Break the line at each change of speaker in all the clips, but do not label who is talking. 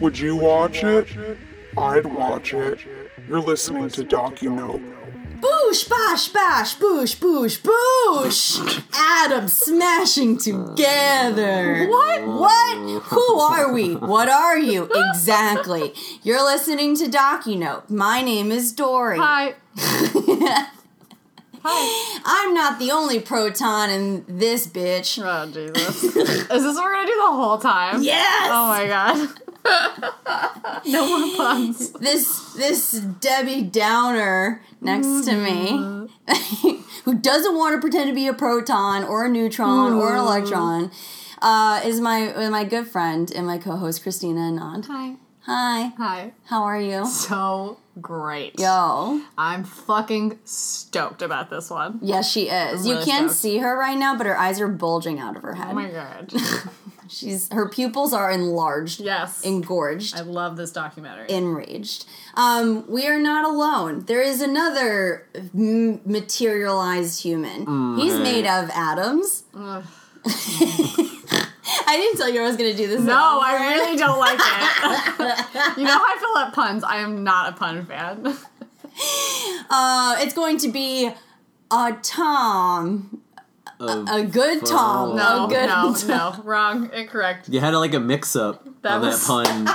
Would you watch it? I'd watch it. You're listening to DocuNope.
Boosh, bosh, bosh, boosh, boosh, boosh! Adam smashing together. What? What? Who are we? What are you? Exactly. You're listening to DocuNote. My name is Dory.
Hi. Hi.
I'm not the only proton in this bitch.
Oh Jesus! Is this what we're gonna do the whole time?
Yes!
Oh my god. no more puns.
this this Debbie Downer next to
Mm-hmm.
me, who doesn't want to pretend to be a proton or a neutron or an
Mm-hmm.
electron, uh, is my is my good friend and my co-host Christina Anand.
Hi.
Hi,
Hi.
how are you?
So great.
Yo,
I'm fucking stoked about this one. Oh
yes, she is. You
really
can't
stoked.
see her right now, but her eyes are bulging out of her
Oh
head.
my god.
She's her pupils are enlarged,
Yes.
engorged.
I love this documentary.
enraged. Um, we are not alone. There is another m- materialized human. He's made of atoms. I didn't tell you I was going to do this. at
no,
all.
I really don't like it. you know how I feel about puns. I am not a pun fan.
Uh, it's going to be a Tom.
Uh,
A, a good Tom.
No,
a Oh, good
no, no. Wrong. Incorrect.
You had like a mix up on
That was-
that pun.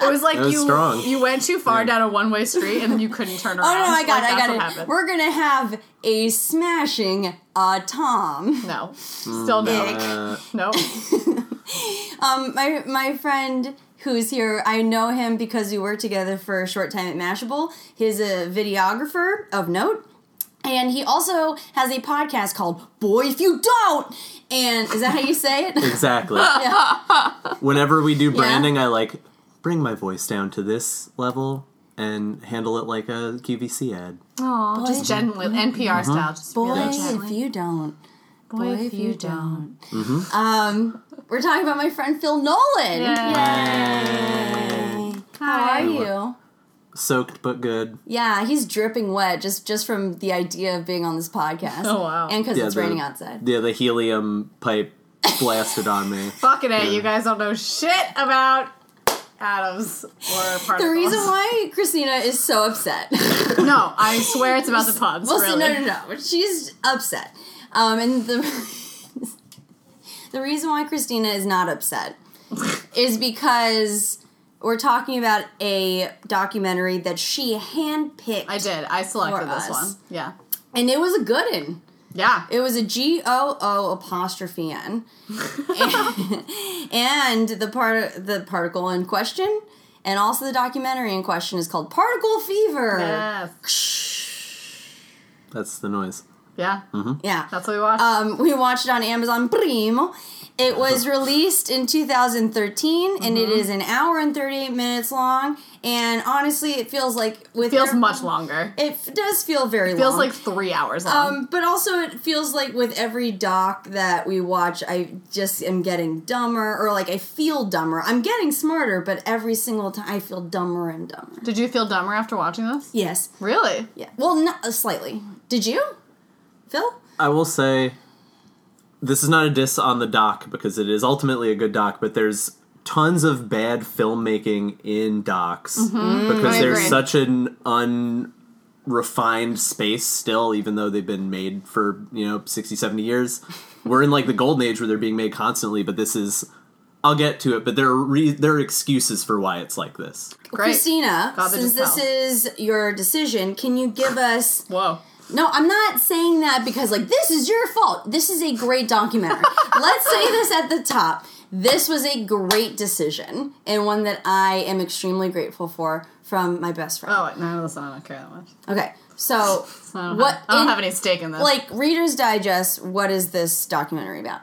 It was like
was
you
strong.
you went too far down a one way street and then you couldn't turn around.
Oh, no, I got
Like,
it. I
that's
got it.
what happened.
We're going to have a smashing uh, Tom.
no, still no,
Uh,
no.
Um, my my friend who's here, I know him because we worked together for a short time at Mashable. He's a videographer of note, and he also has a podcast called "Boy If You Don't." And is that how you say it?
exactly. Whenever we do branding, I like bring my voice down to this level and handle it like a QVC ad.
Aw, just gently, NPR style. Just
Mm-hmm. Boy,
really
if
gently.
you don't.
Boy,
if you don't.
Mm-hmm.
Um, we're talking about my friend Phil Nolan.
Yay.
How are
Hi.
you?
Soaked but good.
Yeah, he's dripping wet just just from the idea of being on this podcast.
Oh, wow.
And because
Yeah,
it's
the-
raining outside.
Yeah, the helium pipe blasted on me.
Fucking it, eh? you guys don't know shit about atoms or particles.
The reason why Christina is so upset. well,
No, I swear it's about the puns.
so-
really.
no, no, no. She's upset. Um, and the the reason why Christina is not upset is because we're talking about a documentary that she handpicked,
I did. I
For
selected this
us.
one. Yeah.
and it was a good one.
Yeah.
It was a G O O apostrophe N, and, and the part the particle in question, and also the documentary in question is called Particle Fever.
yes.
That's the noise.
Yeah.
Yeah.
That's what we watched.
Um, we watched it on Amazon Prime. It was released in 2013, and it
Mm-hmm.
is an hour and 38 minutes long. And honestly, it feels like with
feels
every-
much longer.
It f- does feel very
feels
long.
like three hours long.
Um, but also, it feels like with every doc that we watch, I just am getting dumber, or like I feel dumber. I'm getting smarter, but every single time I feel dumber and dumber.
Did you feel dumber after watching this?
Yes.
Really?
Yeah. Well, not uh, slightly. Did you, Phil?
I will say this is not a diss on the doc because it is ultimately a good doc, but there's tons of bad filmmaking in docs because
Mm-hmm. I
there's
agree.
such an unrefined space still even though they've been made for you know 60 70 years we're in like the golden age where they're being made constantly but this is i'll get to it but there are re- there are excuses for why it's like this
Great.
Christina,
God, they
since
just
this
fell.
is your decision, can you give us?
Whoa.
No, I'm not saying that because like this is your fault. This is a great documentary. Let's say this at the top. This was a great decision and one that I am extremely grateful for from my best friend.
Oh, wait, no, listen, I don't care that much.
Okay, so
Oh. I don't,
What
have, I don't
in-
have any stake in this.
like Reader's Digest, what is this documentary about?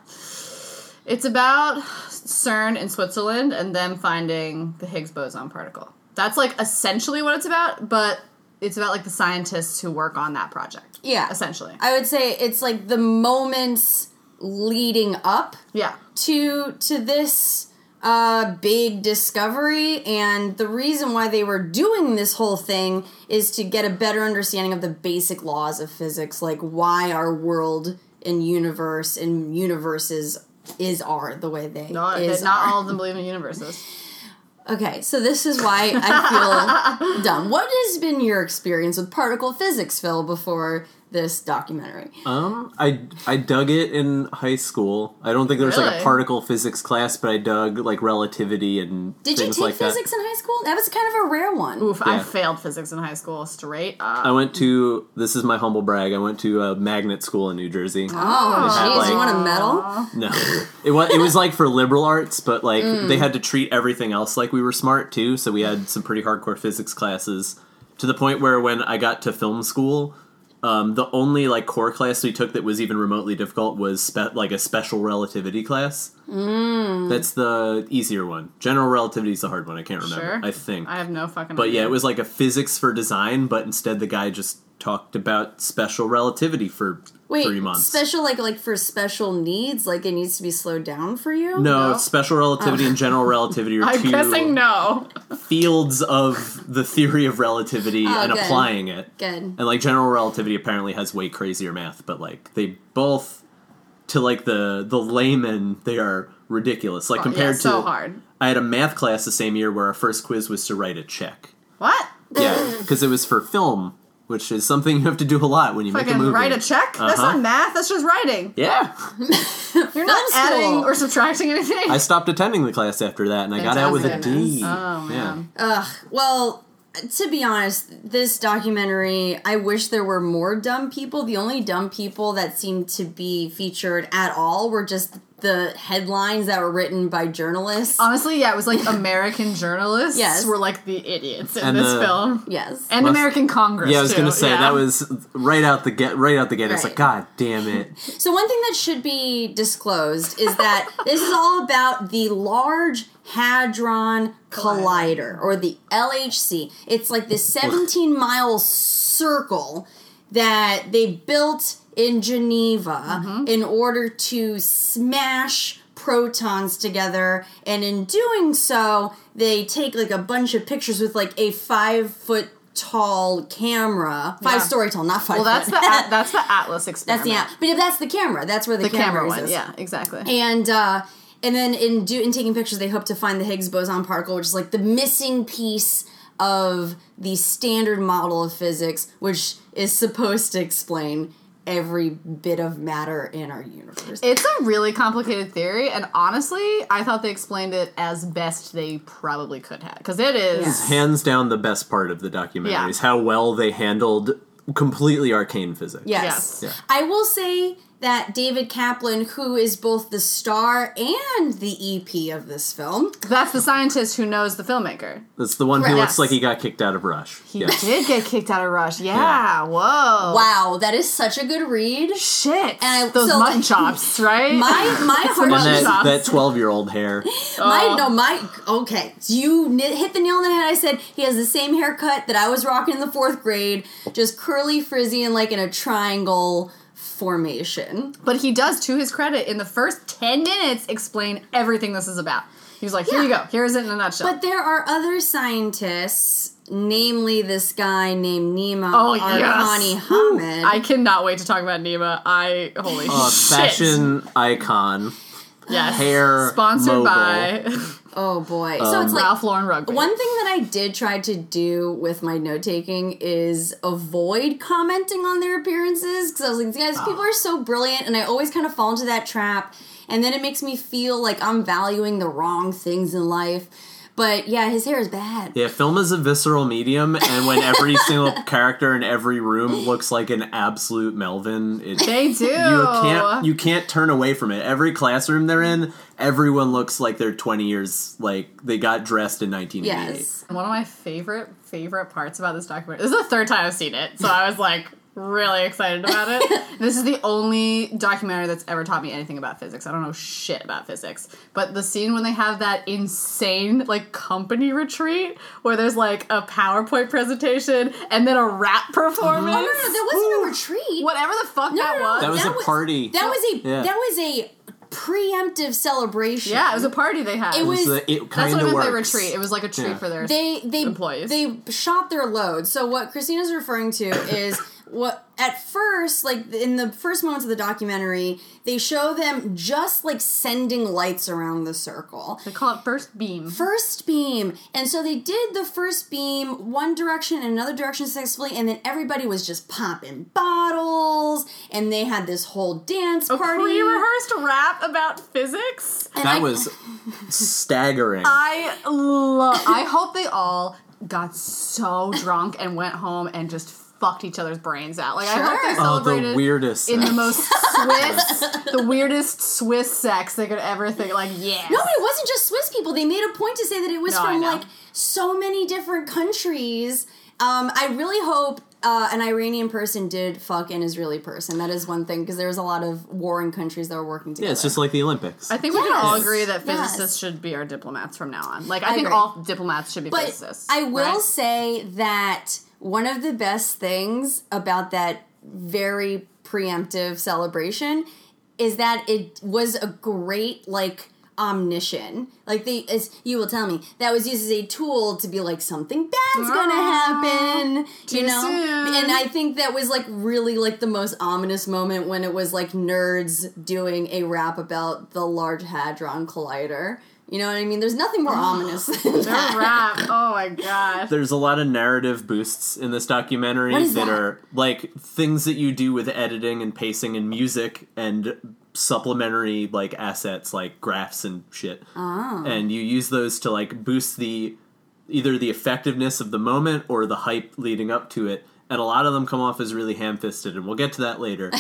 it's about CERN in Switzerland and them finding the Higgs boson particle. That's like essentially what it's about, but it's about like the scientists who work on that project.
Yeah,
Essentially.
I would say it's like the moments leading up
yeah.
to to this uh big discovery and the reason why they were doing this whole thing is to get a better understanding of the basic laws of physics like why our world and universe and universes is are the way they
Not,
is
not
are.
all of them believe in universes.
Okay, so this is why I feel dumb. What has been your experience with particle physics, Phil, before this documentary?
Um, I I dug it in high school. I don't think there was like
Really?
a particle physics class, but I dug like relativity and
Did you
things
take
like
physics in high school? That was kind of a rare one.
Oof, I
Yeah.
failed physics in high school straight
that. I
up.
went to this is my humble brag. I went to a magnet school in New Jersey.
Oh, jeez,
like-
you want a medal?
No, it was it was like for liberal arts, but like they had to treat everything else like we were smart too. So we had some pretty hardcore physics classes to the point where when I got to film school, um, the only like core class we took that was even remotely difficult was spe- like a special relativity class. That's the easier one. General relativity is the hard one. I can't remember.
Sure.
I think.
I have no fucking.
Um, But
idea.
yeah, it was like a physics for design, but instead the guy just talked about special relativity for
Wait,
three months.
special like like for special needs, like it needs to be slowed down for you?
No,
No? Oh.
special relativity and general relativity are
I'm
two
guessing no.
fields of the theory of
Oh,
relativity and
good.
applying it.
Good.
And like general relativity apparently has way crazier math, but like they both to like the the layman they are ridiculous. Like
yeah,
compared
so
to
hard.
I had a math class the same year where our first quiz was to write a check.
What?
Yeah, because it was for film, which is something you have to do a lot when you make a
Fucking
movie.
write a check? That's
Uh-huh.
not math. That's just writing.
Yeah,
You're not
Film school.
adding or subtracting anything.
I stopped attending the class after that, and I got out with a D.
Fantastic.
Oh, man.
Yeah.
Well, to be honest, this documentary, I wish there were more dumb people. The only dumb people that seemed to be featured at all were just the headlines that were written by journalists.
Honestly, yeah, it was like American journalists
Yes.
were like the idiots in
And
this
the-
film,
yes.
and
Must-
American Congress.
Yeah, I was
too,
gonna say
yeah.
that was right out the get. Right out the gate, I was
Right.
like, God damn it!
So one thing that should be disclosed is that this is all about the Large Hadron Collider, or the LHC. It's like this 17 mile circle that they built in Geneva
Mm-hmm.
in order to smash protons together and in doing so they take like a bunch of pictures with like a five foot tall camera five story tall not five
Well, that's the
foot.
At- that's the Atlas experiment.
That's yeah, but if that's the camera, that's where the,
the
camera,
camera one.
is.
Yeah, exactly.
and uh, and then in do in taking pictures, they hope to find the Higgs boson particle, which is like the missing piece of the standard model of physics, which is supposed to explain every bit of matter in our universe.
It's a really complicated theory, and honestly, I thought they explained it as best they probably could have. Because it is.
Hands down, the best part of the documentary
Yeah.
is how well they handled completely arcane physics.
yes,
yes.
Yeah.
I will say that David Kaplan, who is both the star and the EP of this film,
That's the scientist who knows the filmmaker.
that's the one who
Right.
looks
Yes.
like he got kicked out of Rush.
He
Yes.
did get kicked out of Rush. Yeah,
Yeah.
whoa.
wow, that is such a good read.
Shit.
And I-
Those
so-
mutton chops, right?
My my heart
And
Mutton
that
chops.
that twelve year old hair.
Uh,
My no, my okay. You ni- hit the nail on the head. I said he has the same haircut that I was rocking in the fourth grade, just curly, frizzy, and like in a triangle formation.
But he does, to his credit, in the first 10 minutes, explain everything this is about. He was like, here you go. Here's it in a nutshell.
But there are other scientists, namely this guy named Nemo
Oh, yes.
Arkani Hamid.
I cannot wait to talk about Nima. I, holy
A
shit.
Uh, fashion icon,
Yes.
hair
Sponsored
mogul.
by
oh boy! so it's like
Ralph Lauren Rugby.
One thing that I did try to do with my note taking is avoid commenting on their appearances because I was like, these guys, people are so brilliant, and I always kind of fall into that trap, and then it makes me feel like I'm valuing the wrong things in life. But yeah, his hair is bad.
Yeah, film is a visceral medium, and when every single character in every room looks like an absolute Melvin, it,
They do. You
you
Oh.
can't you can't turn away from it. Every classroom they're in, everyone looks like they're twenty years like they got dressed in nineteen eighty eight.
Yes.
One of my favorite, favorite parts about this documentary. This is the third time I've seen it, so I was like really excited about it. this is the only documentary that's ever taught me anything about physics. I don't know shit about physics. But the scene when they have that insane like company retreat where there's like a PowerPoint presentation and then a rap performance.
Oh no, no, that wasn't a retreat.
Whatever the fuck
No,
that
no, no,
was.
That was
That
a
was-
party.
That was a
Yeah.
that was a preemptive celebration.
yeah, it was a party they had.
It was-
So that it
that's what
kind
I
of
meant
works.
by retreat. It was like a treat
Yeah.
for their
they they
employees.
they shot their load. So what Christina's referring to is what at first like in the first moments of the documentary they show them just like sending lights around the circle
They call it first beam.
first beam and so they did the first beam one direction and another direction successfully and then everybody was just popping bottles and they had this whole dance
Oh,
party
Pre-rehearsed rap about physics.
And
That
I-
was staggering.
I love. I hope they all got so drunk and went home and just fucked each other's brains out. Like I hope they
Sure.
oh,
celebrated
the weirdest.
in the
thing.
most Swiss, the weirdest Swiss sex they could ever think. Like yeah,
No, but it wasn't just Swiss people. They made a point to say that it was
No, I
from
know.
like so many different countries. Um, I really hope uh, an Iranian person did fuck an Israeli person. That is one thing because there was a lot of warring countries that were working together.
yeah, it's just like the Olympics.
I think we can all
Yes.
agree that
Yes.
physicists should be our diplomats from now on. Like I, think
agree.
all diplomats should be
but
physicists.
I will
right?
say that one of the best things about that very preemptive celebration is that it was a great like omniscient like they as you will tell me that was used as a tool to be like something bad's gonna happen you know
Ah, soon.
and i think that was like really like the most ominous moment when it was like nerds doing a rap about the large hadron collider you know what i mean there's nothing more
Ah,
ominous than
They're
that.
rap. Oh my god.
There's a lot of narrative boosts in this documentary
What is
that,
that?
are like things that you do with editing and pacing and music and supplementary like assets like graphs and shit.
Oh.
And you use those to like boost the either the effectiveness of the moment or the hype leading up to it. And a lot of them come off as really ham fisted, and we'll get to that later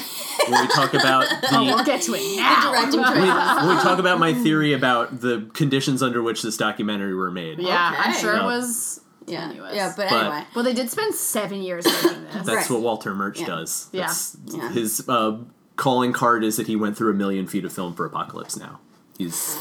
when we talk about the
We'll get to it now.
directing
when we, when we talk about my theory about the conditions under which this documentary were made.
Yeah, I'm
Okay.
sure it
No.
was.
Yeah,
tenuous.
yeah, but,
But-
anyway,
Well, they did spend seven years making this.
That's
Right.
what Walter Murch does.
Yeah.
That's
Yeah.
His uh, calling card is that he went through a million feet of film for Apocalypse Now. He's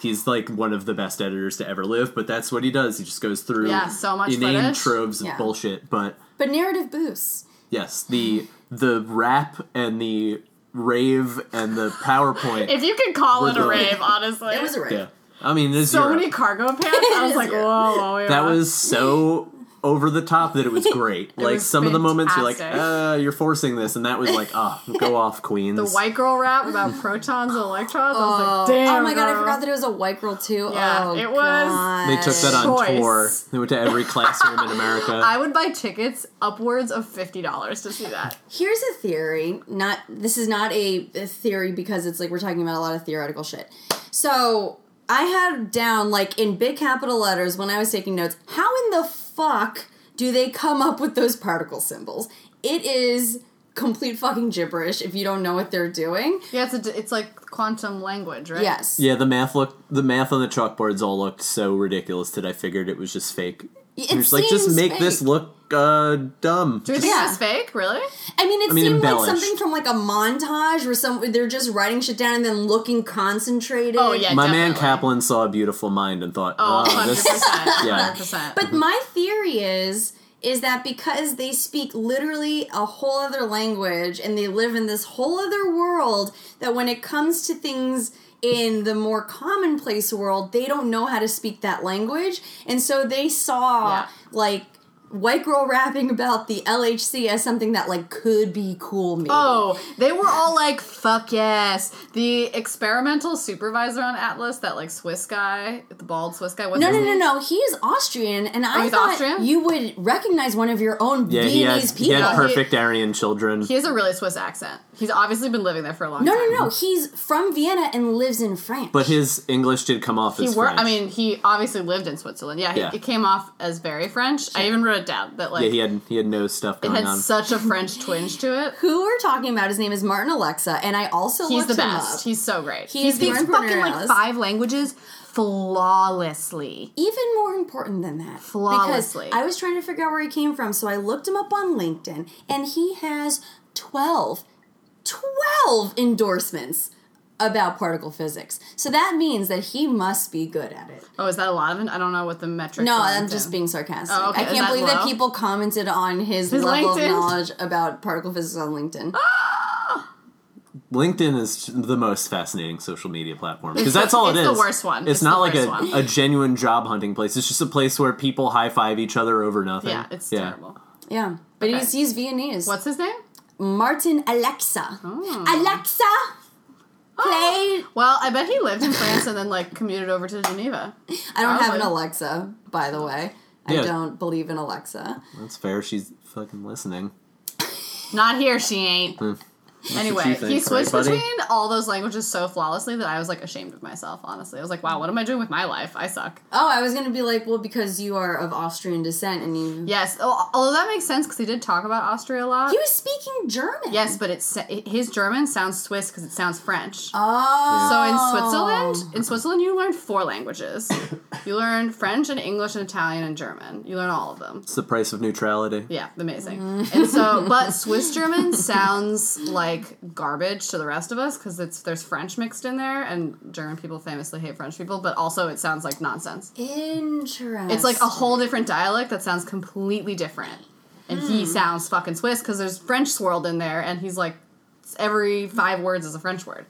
he's like one of the best editors to ever live, but that's what he does. He just goes through
Yeah, so much
inane
footage.
troves of
Yeah.
bullshit. But
but narrative boosts.
yes, the the rap and the rave and the PowerPoint.
If you could call
We're
it a
doing-
rave, honestly,
It was a rave.
yeah, I mean, there's
so
Europe.
many cargo pants. I was
is
like,
Europe.
whoa, whoa, wait,
that
what?
was so over the top that it was great. like
was
some of the moments you're like,
fantastic.
uh, you're forcing this, and that was like, oh, go off, Queens.
the white girl rap about protons and electrons. I
Oh,
was like, damn.
oh my god, I
girl.
forgot that it was a white girl too.
Yeah,
oh,
it was-
God.
They took that on
Uh, Choice.
tour. They went to every classroom in America.
I would buy tickets upwards of fifty dollars to see that.
Here's a theory. Not this is not a, a theory because it's like we're talking about a lot of theoretical shit. So I had down like in big capital letters when I was taking notes. How in the fuck do they come up with those particle symbols? It is complete fucking gibberish if you don't know what they're doing.
Yeah, it's a, it's like quantum language, right?
Yes.
yeah, the math looked the math on the chalkboards all looked so ridiculous that I figured it was just fake.
It
It was like just
seems
make this
fake.
look uh, dumb.
Do you think
Yeah.
it's fake? Really?
I mean, it
mean,
seemed like
embellished.
something from like a montage where some they're just writing shit down and then looking concentrated.
Oh yeah.
My man
definitely.
Kaplan saw a beautiful mind and thought,
Oh,
oh,
100
this.
percent.
yeah.
Hundred percent.
But my theory is is that because they speak literally a whole other language and they live in this whole other world that when it comes to things in the more commonplace world, they don't know how to speak that language. And so they saw
Yeah.
like white girl rapping about the LHC as something that like could be cool maybe.
Oh, they were all like, "Fuck yes!" The experimental supervisor on Atlas, that like Swiss guy, the bald Swiss guy, was
No, no, no, no. He is Austrian, and I
Oh, he's
thought
Austrian?
you would recognize one of your own
Yeah, he had,
Viennese
he
people.
had
he-
perfect Aryan children.
He has a really Swiss accent. He's obviously been living there for a long
no,
time.
no, no. He's from Vienna and lives in France.
but his English did come off
He
as
worked.
French.
I mean, he obviously lived in Switzerland. Yeah, he,
Yeah.
it came off as very French. I even wrote it down that like
yeah, he had he had no stuff
it
going
had
on.
such a French twinge to it.
who we're talking about? His name is Martin Alexa, and I also
He's
looked
the
him
best.
up.
He's so great.
He is the
speaks
entrepreneur
fucking like
Alice.
five languages flawlessly.
even more important than that.
Flawlessly.
Because I was trying to figure out where he came from, so I looked him up on LinkedIn, and he has 12, 12 endorsements about particle physics. So that means that he must be good at it.
Oh, is that a lot of it? I don't know what the metric.
No, I'm just being sarcastic.
Oh, okay.
I
Is
can't
that
believe that
low?
people commented on his,
His
level
LinkedIn?
of knowledge about particle physics on LinkedIn.
LinkedIn is the most fascinating social media platform because
It's
that's
the-
all
it's
it
the
is.
worst one.
It's,
It's
not
the
like
worst
a,
one.
a genuine job hunting place. It's just a place where people high five each other over nothing.
Yeah, it's terrible.
Yeah. But he's he's Viennese.
What's Oh. his name?
Martin Alexa? Alexa, play.
Oh, Well, I bet he lived in France and then like commuted over to Geneva.
I don't have an
Probably.
Alexa, by the way. I
Yeah.
don't believe in Alexa.
That's fair. She's fucking listening.
Not here, she ain't.
Hmm. what
Anyway,
she
he
thinks,
switched
right, buddy?
between all those languages so flawlessly that I was like ashamed of myself. Honestly, I was like, "Wow, what am I doing with my life? I suck."
Oh, I was gonna be like, well, because you are of Austrian descent and you.
Yes, al- although that makes sense because he did talk about Austria a lot.
He was speaking German.
yes, but it's his German sounds Swiss because it sounds French.
Oh.
So in Switzerland, in Switzerland, you learn four languages. you learn French and English and Italian and German. You learn all of them.
It's the price of neutrality.
Yeah, amazing.
Mm.
and so, but Swiss German sounds like garbage to the rest of us because it's there's French mixed in there, and German people famously hate French people. But also, it sounds like nonsense.
Interesting.
It's like a whole different dialect that sounds completely different. And he
Hmm.
sounds fucking Swiss because there's French swirled in there, and he's like, every five words is a French word.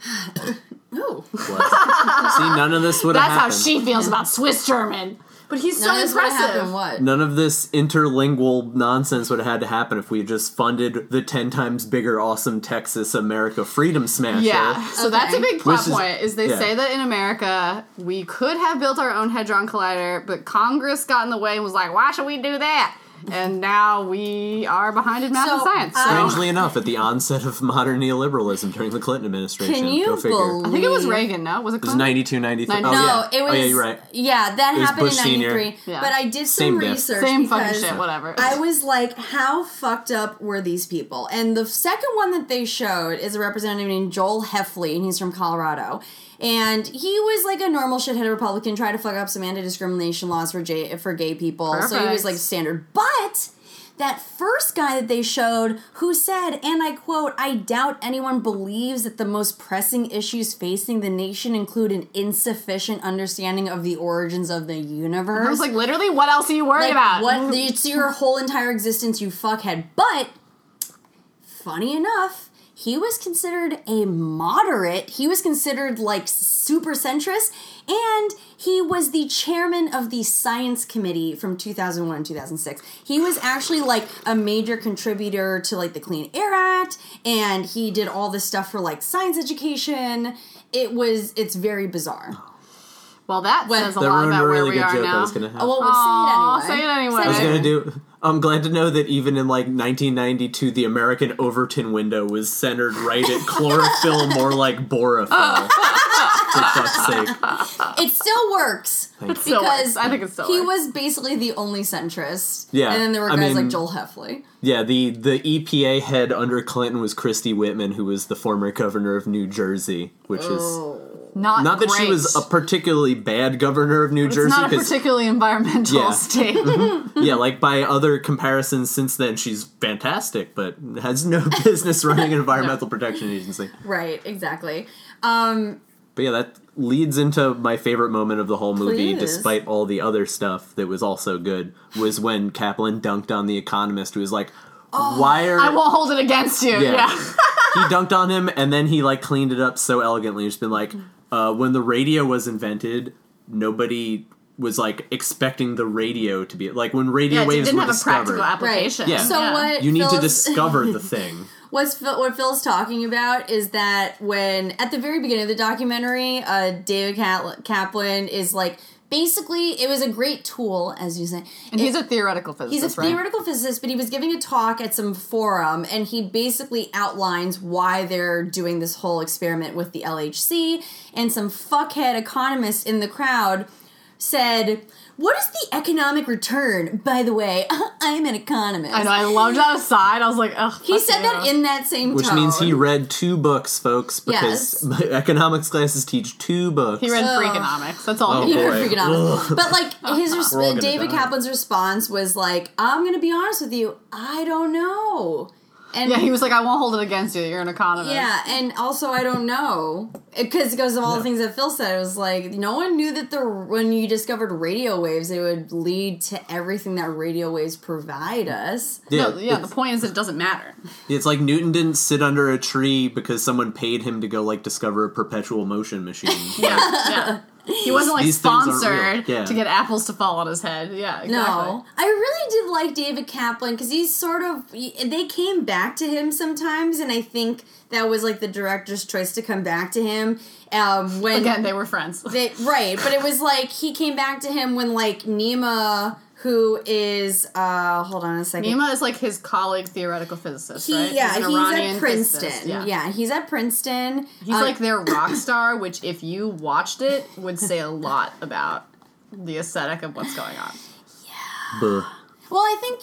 Ooh.
What? See, none of this would have
That's how
happened.
she feels about Swiss German. But he's
None
so
of this would've happened,
impressive.
What?
None of this interlingual nonsense would have had to happen if we had just funded the ten times bigger, awesome Texas America Freedom Smasher.
Yeah, so that's a
Okay.
big plot
Which is-
point. Is they
yeah.
say that in America we could have built our own hadron collider, but Congress got in the way and was like, "Why should we do that?" And now we are behind in math and
So,
science. So
uh,
Strangely enough, at the onset of modern neoliberalism during the Clinton administration.
Can you
Go figure.
believe?
It
I think it was Reagan. No, was it?
was
Clinton?
92, 93.
No,
No,
oh, yeah.
it was.
Oh, yeah, you're right.
yeah, that
was
happened
Bush
in
Senior.
'93.
Yeah.
But I did some
Same diff.
research.
Same fucking
because
shit. Whatever.
I was like, how fucked up were these people? And the second one that they showed is a representative named Joel Heffley, and he's from Colorado. And he was like a normal shithead Republican, tried to fuck up some anti-discrimination laws for gay, for gay people. So he was
Perfect.
like standard, but. That first guy that they showed who said, and I quote, I doubt anyone believes that the most pressing issues facing the nation include an insufficient understanding of the origins of the universe.
I was like, literally, what else are you worried
Like,
about?
What? It's your whole entire existence, you fuckhead. But funny enough, he was considered a moderate. He was considered like super centrist, and he was the chairman of the science committee from 2001 and 2006. He was actually like a major contributor to like the Clean Air Act, and he did all this stuff for like science education. It was it's very bizarre.
Well, that says a
That
lot
ruined
about
a
where
really
we
good
are
joke I
now.
was going to have.
Oh, well,
Aw,
say it anyway.
Say it anyway.
I was gonna do. I'm glad to know that even in like 1992, the American Overton window was centered right at chlorophyll, more like borophyll. For fuck's sake!
It still works.
Thank you.
Still works.
because
I think it's still
he
works.
was basically the only centrist.
Yeah,
and then there were
I
guys
mean-
like Joel Heffley.
Yeah, the the EPA head under Clinton was Christy Whitman, who was the former governor of New Jersey, which is
not
not that she
Oh, great.
was a particularly bad governor of New
It's
Jersey.
not a
'cause-
particularly environmental
Yeah. Mm-hmm.
state.
yeah, like by other comparisons since then, she's fantastic, but has no business running an environmental protection agency.
Right, exactly. Um,
But yeah, that leads into my favorite moment of the whole movie,
Please.
despite all the other stuff that was also good, was when Kaplan dunked on the economist who was like, Why are
Oh, I won't hold it against you.
Yeah.
yeah.
he dunked on him and then he like cleaned it up so elegantly. He's been like,
Mm-hmm.
uh, when the radio was invented, nobody was like expecting the radio to be like when radio
Yeah, it
waves
didn't
were
have a
discovered.
practical application.
Yeah.
so what
you need to
Phil's-
discover the thing.
What's Phil, what Phil's talking about is that when at the very beginning of the documentary, uh, David Cat- Kaplan is like basically it was a great tool, as you say.
And
It-
he's a theoretical physicist.
He's a
right?
theoretical physicist, but he was giving a talk at some forum and he basically outlines why they're doing this whole experiment with the LHC. And some fuckhead economist in the crowd said, What is the economic return? By the way, I'm an economist.
I know. I loved that aside. I was like, ugh.
He said that in that same
Which
tone.
means he read two books, folks, because
Yes.
economics classes teach two books.
he read
Ugh.
free economics. That's all. he
You
Oh,
did.
were
boy.
freaking out. But like his res-
We're all gonna
David
die.
Kaplan's response was like, "I'm gonna be honest with you, I don't know." And
Yeah, he was like, I won't hold it against you. You're an economist.
Yeah, and also I don't know because because of all the things that Phil said, it was like no one knew that the when you discovered radio waves, it would lead to everything that radio waves provide us.
No, yeah. The point is, it doesn't matter.
It's like Newton didn't sit under a tree because someone paid him to go like discover a perpetual motion machine. Like,
Yeah. He wasn't like
These things aren't real.
sponsored
Yeah.
to get apples to fall on his head. Yeah, exactly.
No, I really did like David Kaplan because he's sort of they came back to him sometimes, and I think that was like the director's choice to come back to him um, when
Again, they were friends.
they right, but it was like he came back to him when like Nima, who is uh, hold on a second,
Nima is like his colleague, theoretical physicist,
he,
right?
yeah,
an
he's
Iranian
at Princeton,
physicist,
yeah. Uh, he's at Princeton.
He's like their rock star, which if you watched it would say a lot about the aesthetic of what's going on.
Buh.
Well, I think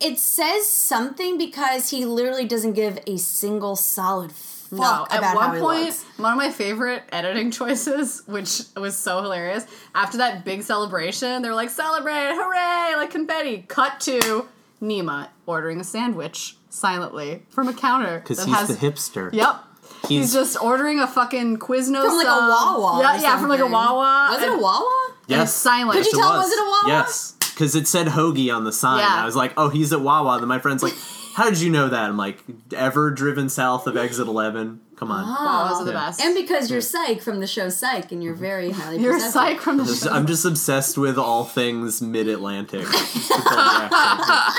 it says something because he literally doesn't give a single solid fuck
No,
about
at
how
one
he
point,
looks.
one of my favorite editing choices, which was so hilarious. After that big celebration, they were like, "Celebrate! Hooray!" Like confetti. Cut to Nima ordering a sandwich silently from a counter
Because
that
he's
has.
the hipster.
Yep. He's,
He's-
just ordering a fucking Quiznos
From like a
sub.
Wawa. or
Yeah, yeah, from like a
something.
Wawa.
Was it a
And-
Wawa?
Yes.
it's silent.
Yes,
Could you
tell was it a Wawa?
Yes. Because it said hoagie on the sign.
Yeah.
I was like, oh, he's at Wawa. Then my friend's like, how did you know that? I'm like, ever driven south of exit 11? Come on.
Wawas are the
Yeah.
best.
And because you're Psych from the show Psych, and you're very highly
You're
perceptive.
psych from the
Just- I'm just obsessed with all things mid Atlantic. I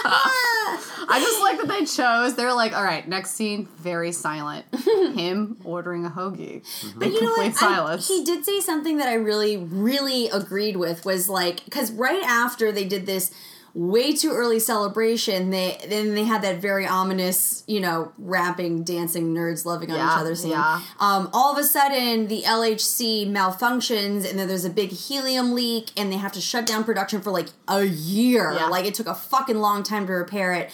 Ah,
I just like that they chose. They're like, all right, next scene, very silent. Him ordering a hoagie.
But you know what? I-
Complete silence.
he did say something that I really, really agreed with was like because right after they did this way too early celebration, they then they had that very ominous, you know, rapping, dancing, nerds loving on
Yeah,
each other scene.
yeah.
Um, all of a sudden, the LHC malfunctions, and then there's a big helium leak, and they have to shut down production for like a year.
Yeah.
Like it took a fucking long time to repair it.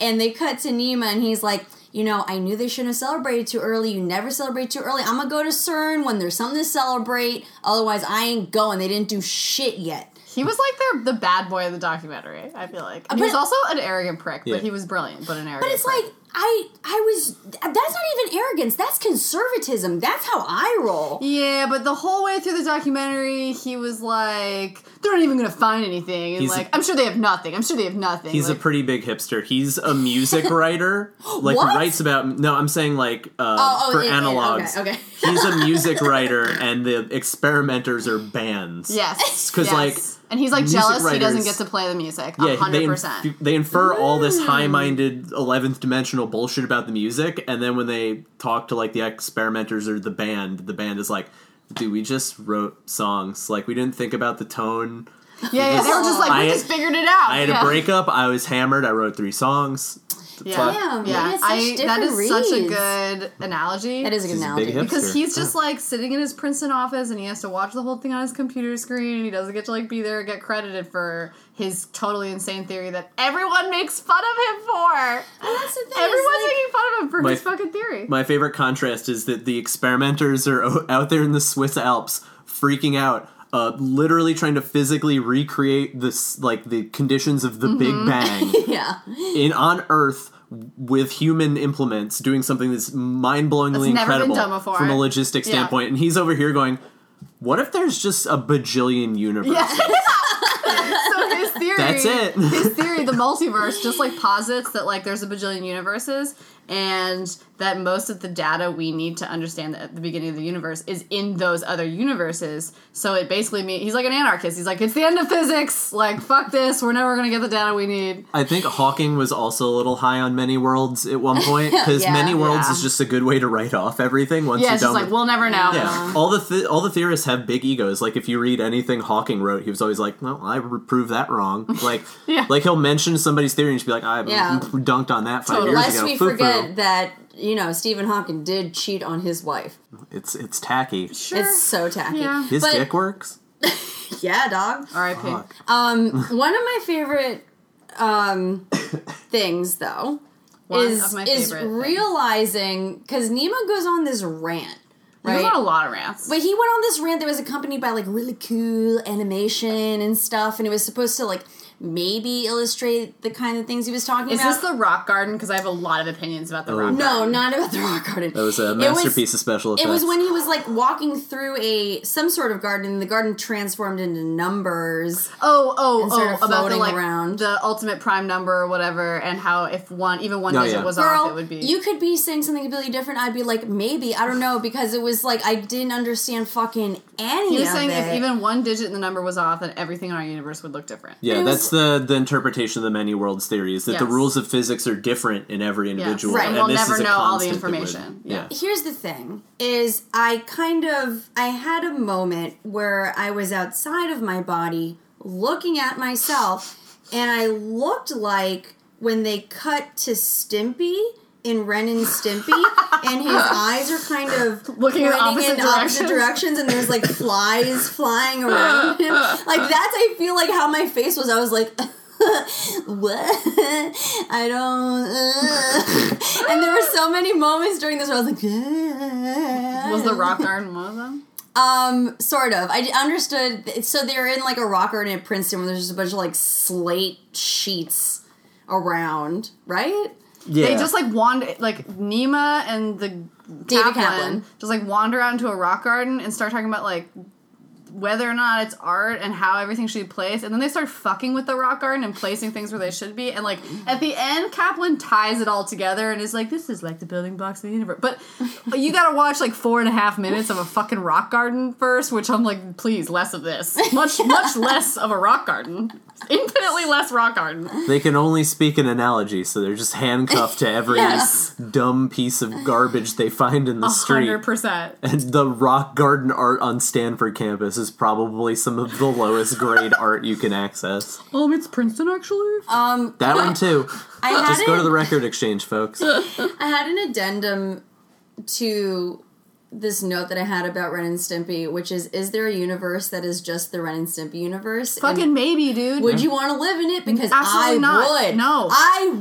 And they cut to Nima, and he's like, you know, I knew they shouldn't have celebrated too early. You never celebrate too early. I'm gonna go to CERN when there's something to celebrate. Otherwise, I ain't going. They didn't do shit yet.
He was like their, the bad boy of the documentary, I feel like. And he
But-
was also an arrogant prick,
Yeah.
but he was brilliant, but an arrogant
But it's
prick.
like I, I was. That's not even arrogance. That's conservatism. That's how I roll.
Yeah, but the whole way through the documentary, he was like, they're not even going to find anything. And
He's a-
like, i I'm sure they have nothing. I'm sure they have nothing.
He's a
like,
pretty big hipster. He's a music writer. Like
What?
writes about no, I'm saying like uh,
Oh, oh,
for
yeah, yeah,
analogs.
okay, okay.
He's a music writer and the experimenters are bands.
Yes.
'Cause,
yes.
like,
and he's like
music
jealous he doesn't
writers-
get to play the music.
Yeah,
100%.
they, inf- they infer all this
Hmm.
high-minded 11th dimensional bullshit about the music and then when they talk to like the experimenters or the band, the band is like, "Dude, we just wrote songs. Like we didn't think about the tone.
yeah, yeah, they were just like, we
I-
just figured it out.
I had
yeah.
a breakup. I was hammered. I wrote three songs.
Yeah,
Fuck.
Damn, that
yeah.
is such
I, that is
different
such a
reads.
good analogy.
That is a good
He's a big
analogy.
hip-
because
Sure.
he's just like sitting in his Princeton office and he has to watch the whole thing on his computer screen and he doesn't get to like be there and get credited for his totally insane theory that everyone makes fun of him for.
And Oh, that's the thing. is,
Everyone's
like-
making fun of him for
My-
his fucking theory.
My favorite contrast is that the experimenters are o- out there in the Swiss Alps freaking out, uh, literally trying to physically recreate this like the conditions of the
Mm-hmm.
Big Bang
yeah.
in on Earth with human implements, doing something that's mind-blowingly
That's never been
incredible
done before.
from a logistics
Yeah.
standpoint, and he's over here going. What if there's just a bajillion universes?
so his theory
That's it.
his theory, the multiverse, just like posits that like there's a bajillion universes and that most of the data we need to understand at the beginning of the universe is in those other universes. So it basically means he's like an anarchist. He's like, it's the end of physics. Like, fuck this. We're never gonna get the data we need.
I think Hawking was also a little high on many worlds at one point because
Yeah.
many worlds
Yeah.
is just a good way to write off everything once
Yeah,
you're
it's
done.
just like
with-
we'll never know.
yeah, all the th- all the theorists have big egos. Like if you read anything Hawking wrote, he was always like, "Well, I re- proved that wrong." Like,
Yeah.
like he'll mention somebody's theory and just be like, "I
Yeah.
dunked on that five
Totally.
years
Lest
ago."
we
Foo-foo.
forget that you know Stephen Hawking did cheat on his wife.
It's it's tacky.
Sure.
It's so tacky.
Yeah.
His
but-
dick works.
Yeah, dog.
R.I.P.
Fuck.
Um, one of my favorite um, things, though,
One
is
of my
is
favorite things.
realizing because Nima goes on this rant, right?
There's not a lot of rants.
but he went on this rant that was accompanied by like really cool animation and stuff, and it was supposed to like maybe illustrate the kind of things he was talking
Is
about.
this the rock garden? Because I have a lot of opinions about the
Oh.
rock garden.
no, not about the rock garden. That
was a masterpiece of special
It
effects.
was when he was like walking through a some sort of garden. and The garden transformed into numbers.
Oh, oh,
And sort
oh!
of
About the
floating
like
around.
the ultimate prime number or whatever, and how if one even one
Oh,
digit
yeah.
was off, it
Girl,
would be.
you could be saying something completely different. I'd be like, maybe I don't know because it was like I didn't understand fucking any
He was
of
saying
it.
if even one digit in the number was off, then everything in our universe would look different.
yeah,
it was-
that's the the interpretation of the many worlds theory is that the
Yes.
rules of physics are different in every individual,
Right,
and
we'll
this
never
is a
know all the
constant that would-
information.
yeah.
here's the thing is i kind of i had a moment where i was outside of my body looking at myself and i looked like when they cut to stimpy in Ren and Stimpy, and his eyes are kind of
Looking in
pointing
opposite directions.
directions, and there's like flies flying around him. Like that's I feel like how my face was. I was like, what? I don't. uh." And there were so many moments during this where I was like,
Was the rock garden one of them?
um, sort of. I d- understood. So they're in like a rock garden at Princeton where there's just a bunch of like slate sheets around, right?
yeah.
They just like wander, like Nima and the
David
Kaplan,
Kaplan.
just like wander out into a rock garden and start talking about like whether or not it's art and how everything should be placed, and then they start fucking with the rock garden and placing things where they should be, and like at the end, Kaplan ties it all together and is like, "This is like the building blocks of the universe." But you gotta watch like four and a half minutes of a fucking rock garden first, which I'm like, please, less of this, much much less of a rock garden, infinitely less rock garden.
They can only speak in analogy, so they're just handcuffed to every
Yes.
dumb piece of garbage they find in the street.
Hundred percent.
And the rock garden art on Stanford campus is probably some of the lowest grade art you can access.
Um, it's Princeton actually.
That one too.
I had
Just go
an-
to the record exchange, folks.
I had an addendum to this note that I had about Ren and Stimpy, which is: Is there a universe that is just the Ren and Stimpy universe? And
Fucking maybe, dude.
would you want to live in it? Because
Mm, Absolutely
I
not.
would.
No.
I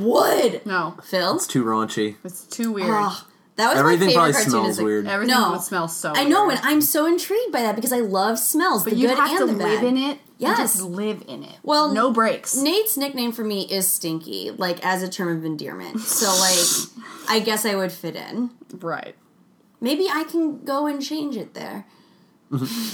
would.
no,
Phil.
It's too raunchy.
it's too weird.
Ugh, that was
Everything
my favorite
probably
cartoon.
smells
is the-
weird.
Everything
No.
would smell so.
I know,
weird.
and I'm so intrigued by that because I love smells.
but
the
you
good
have
and
to
the
live
bad.
in it. You
Yes.
just live in it.
Well,
no breaks.
Nate's nickname for me is Stinky, like as a term of endearment. So, like, I guess I would fit in.
right.
Maybe I can go and change it there.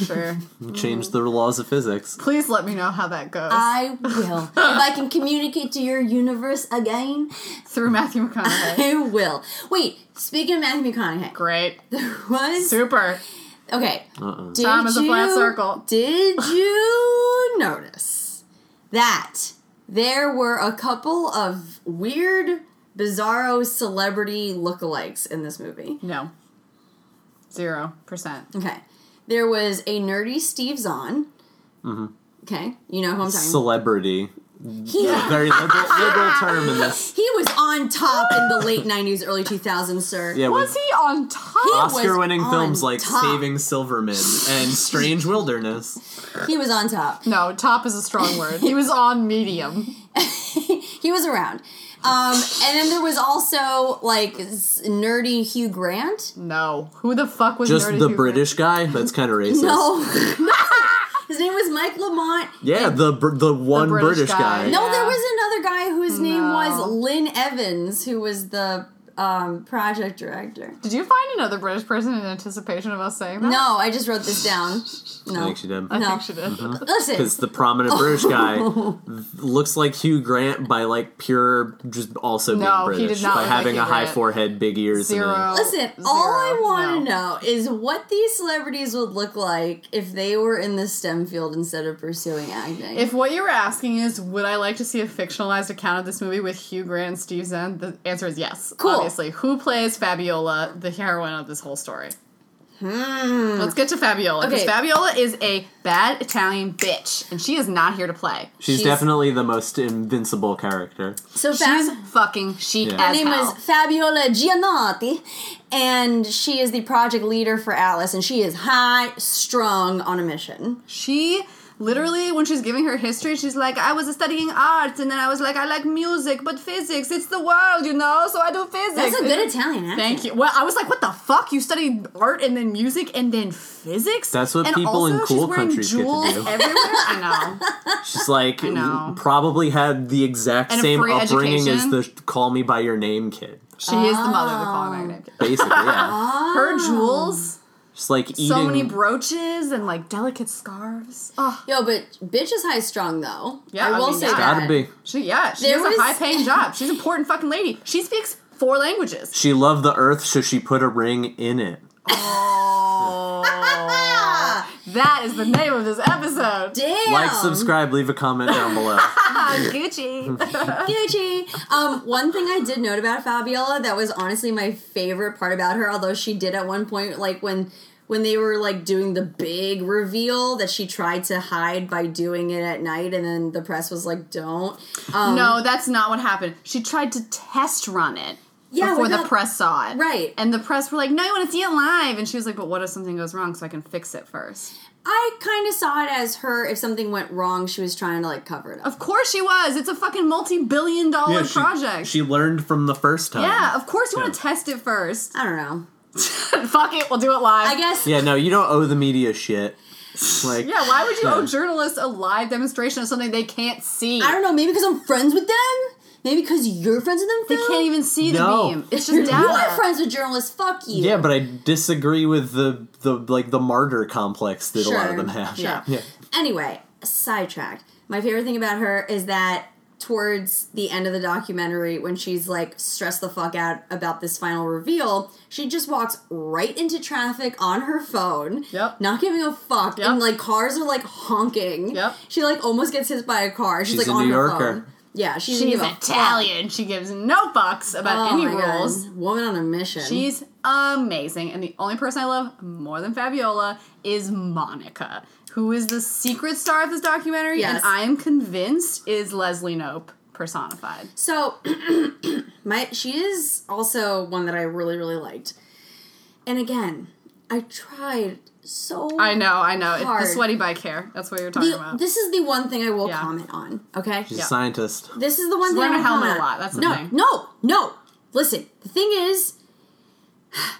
Sure.
Change the laws of physics.
Please let me know how that goes
I will. if I can communicate to your universe again,
through Matthew McConaughey.
I will. Wait, speaking of Matthew McConaughey,
Great.
was
Super.
okay.
Uh-uh.
Did
Time is a flat
you-
circle.
Did you notice that there were a couple of weird, bizarro celebrity lookalikes in this movie?
No. Zero percent.
Okay. There was a nerdy Steve Zahn.
Mm-hmm.
Okay. You know who I'm talking about.
Celebrity.
He,
Very liberal, liberal term in this.
he was on top in the late 90s, early 2000s, sir.
Yeah,
Was
with
he on top?
was
Oscar winning
on
films like
top.
Saving Silverman and Strange Wilderness.
He was on top.
no, top is a strong word. He was on medium.
he was around. Um, and then there was also like s- nerdy Hugh Grant.
No. Who the fuck was
Just
Nerdy
the
Hugh
British guy? That's kind of racist.
No. His name was Mike Lamont.
Yeah, the br- the one
British
British,
guy.
guy.
No,
Yeah.
there was another guy whose name
No.
was Lynn Evans, who was the um, project director.
Grant? Did you find another British person in anticipation of us saying that?
No, I just wrote this down. No.
I think she did.
I
No.
think she did.
Mm-hmm.
Listen,
Because the prominent British guy
Oh.
looks like Hugh Grant by like pure, just also
No,
being
he did
British
not
by
look like
having
Hugh
a high
Grant.
forehead, big ears.
Zero.
listen.
Zero.
All I want to
No.
know is what these celebrities would look like if they were in the STEM field instead of pursuing acting.
If what you were asking is, would I like to see a fictionalized account of this movie with Hugh Grant and Steve Zahn? The answer is yes.
Cool.
Obviously, who plays Fabiola, the heroine of this whole story? Let's get to Fabiola because
Hmm. Okay.
Fabiola is a bad Italian bitch, and she is not here to play.
She's,
She's-
definitely the most invincible character.
so,
She's
Fab-
fucking chic
Yeah.
her
as
name
hell.
is Fabiola Giannotti, and she is the project leader for Alice, and she is high strung on a mission.
she Literally, when she's giving her history, she's like, I was studying arts, and then I was like, I like music, but physics, it's the world, you know? So I do physics.
That's a good
And-
Italian accent.
Thank you. Well, I was like, what the fuck? You studied art and then music and then physics?
That's what
And
people in
also,
cool
she's wearing
countries get to
jewels
do.
Everywhere? I know.
She's like
know.
probably had the exact
And a
same
free
upbringing
education.
as the "Call Me by Your Name" kid.
She is the mother
Oh.
of the calling magnet.
Basically, yeah.
Her jewels,
Just like eating.
so many brooches, and like delicate scarves. Oh,
Yo, but bitch is high strung though.
Yeah,
I
I
will
mean,
say
yeah.
that.
gotta be.
she yeah, she
There
has
was-
a high paying job. She's an important fucking lady. She speaks four languages.
She loved the earth, so she put a ring in it.
Oh, that is the name of this episode.
Damn.
Like, subscribe, leave a comment down below.
Ah, Gucci.
Gucci. Um, one thing I did note about Fabiola that was honestly my favorite part about her, although she did at one point, like when when they were like doing the big reveal that she tried to hide by doing it at night, and then the press was like, "Don't." Um,
No, that's not what happened. She tried to test run it.
Yeah,
before
without-
the press saw it.
Right.
And the press were like, no, I want to see it live. And she was like, but what if something goes wrong so I can fix it first?
I kind of saw it as her if something went wrong, she was trying to like cover it up.
Of course she was. It's a fucking multi billion dollar
she,
project.
she learned from the first time.
yeah, of course you want to
Yeah.
test it first.
I don't know.
Fuck it, we'll do it live.
I guess.
Yeah, no, you don't owe the media shit. Like,
Yeah, why would you owe journalists a live demonstration of something they can't see?
I don't know. Maybe because I'm friends with them. Maybe because you're friends with them.
they
Phil?
can't even see the
No.
beam. It's
You're,
just
you
data.
are friends with journalists. Fuck you.
Yeah, but I disagree with the the like the martyr complex that a lot
Sure.
of them have.
Sure.
Yeah.
Anyway, sidetracked. My favorite thing about her is that towards the end of the documentary, when she's like stressed the fuck out about this final reveal, she just walks right into traffic on her phone.
Yep.
Not giving a fuck.
Yep.
And like cars are like honking.
Yep.
She like almost gets hit by a car. She's,
She's
like
a
on
New
her
Yorker.
phone. Yeah, she's
She's Italian. She gives no fucks about
Oh
any
my God.
rules.
Woman on a mission.
She's amazing. And the only person I love more than Fabiola is Monica, who is the secret star of this documentary,
Yes.
and I am convinced is Leslie Nope personified.
So my she is also one that I really really liked. And again, I tried so
I know, I know.
Hard.
It's the sweaty bike hair. That's what you're talking
The-
about.
this is the one thing I will
Yeah.
comment on, okay?
She's
Yeah.
a scientist.
This is the one thing
wearing
I
a
will
helmet
comment
a
on.
lot, that's the
no,
thing.
No, no. Listen, the thing is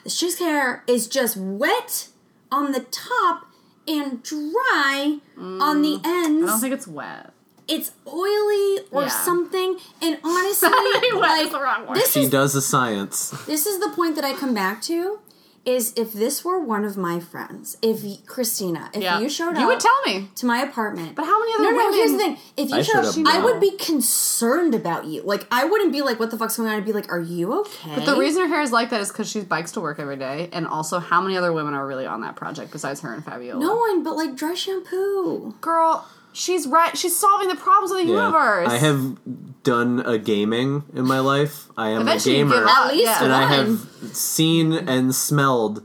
the chick's hair is just wet on the top and dry on the ends.
Mm, I don't think it's wet.
it's oily or
Yeah.
something. And honestly,
Wet is
like,
the wrong word.
this
She
is
does the science.
this is the point that I come back to is if this were one of my friends, if y- Christina, if you showed up
You would tell me.
to my apartment.
But how many other
no, no,
women?
here's the thing. If you
I
showed
showed
up,
up
I
now.
would be concerned about you. Like I wouldn't be like, what the fuck's going on? I'd be like, are you okay?
But the reason her hair is like that is because she bikes to work every day, and also how many other women are really on that project besides her and Fabiola?
no one, but like dry shampoo.
girl, she's right. She's solving the problems of the
Yeah.
universe.
I have done a gaming in my life. I am a
bet she would give
gamer.
up.
At least
yeah.
one.
And I have seen and smelled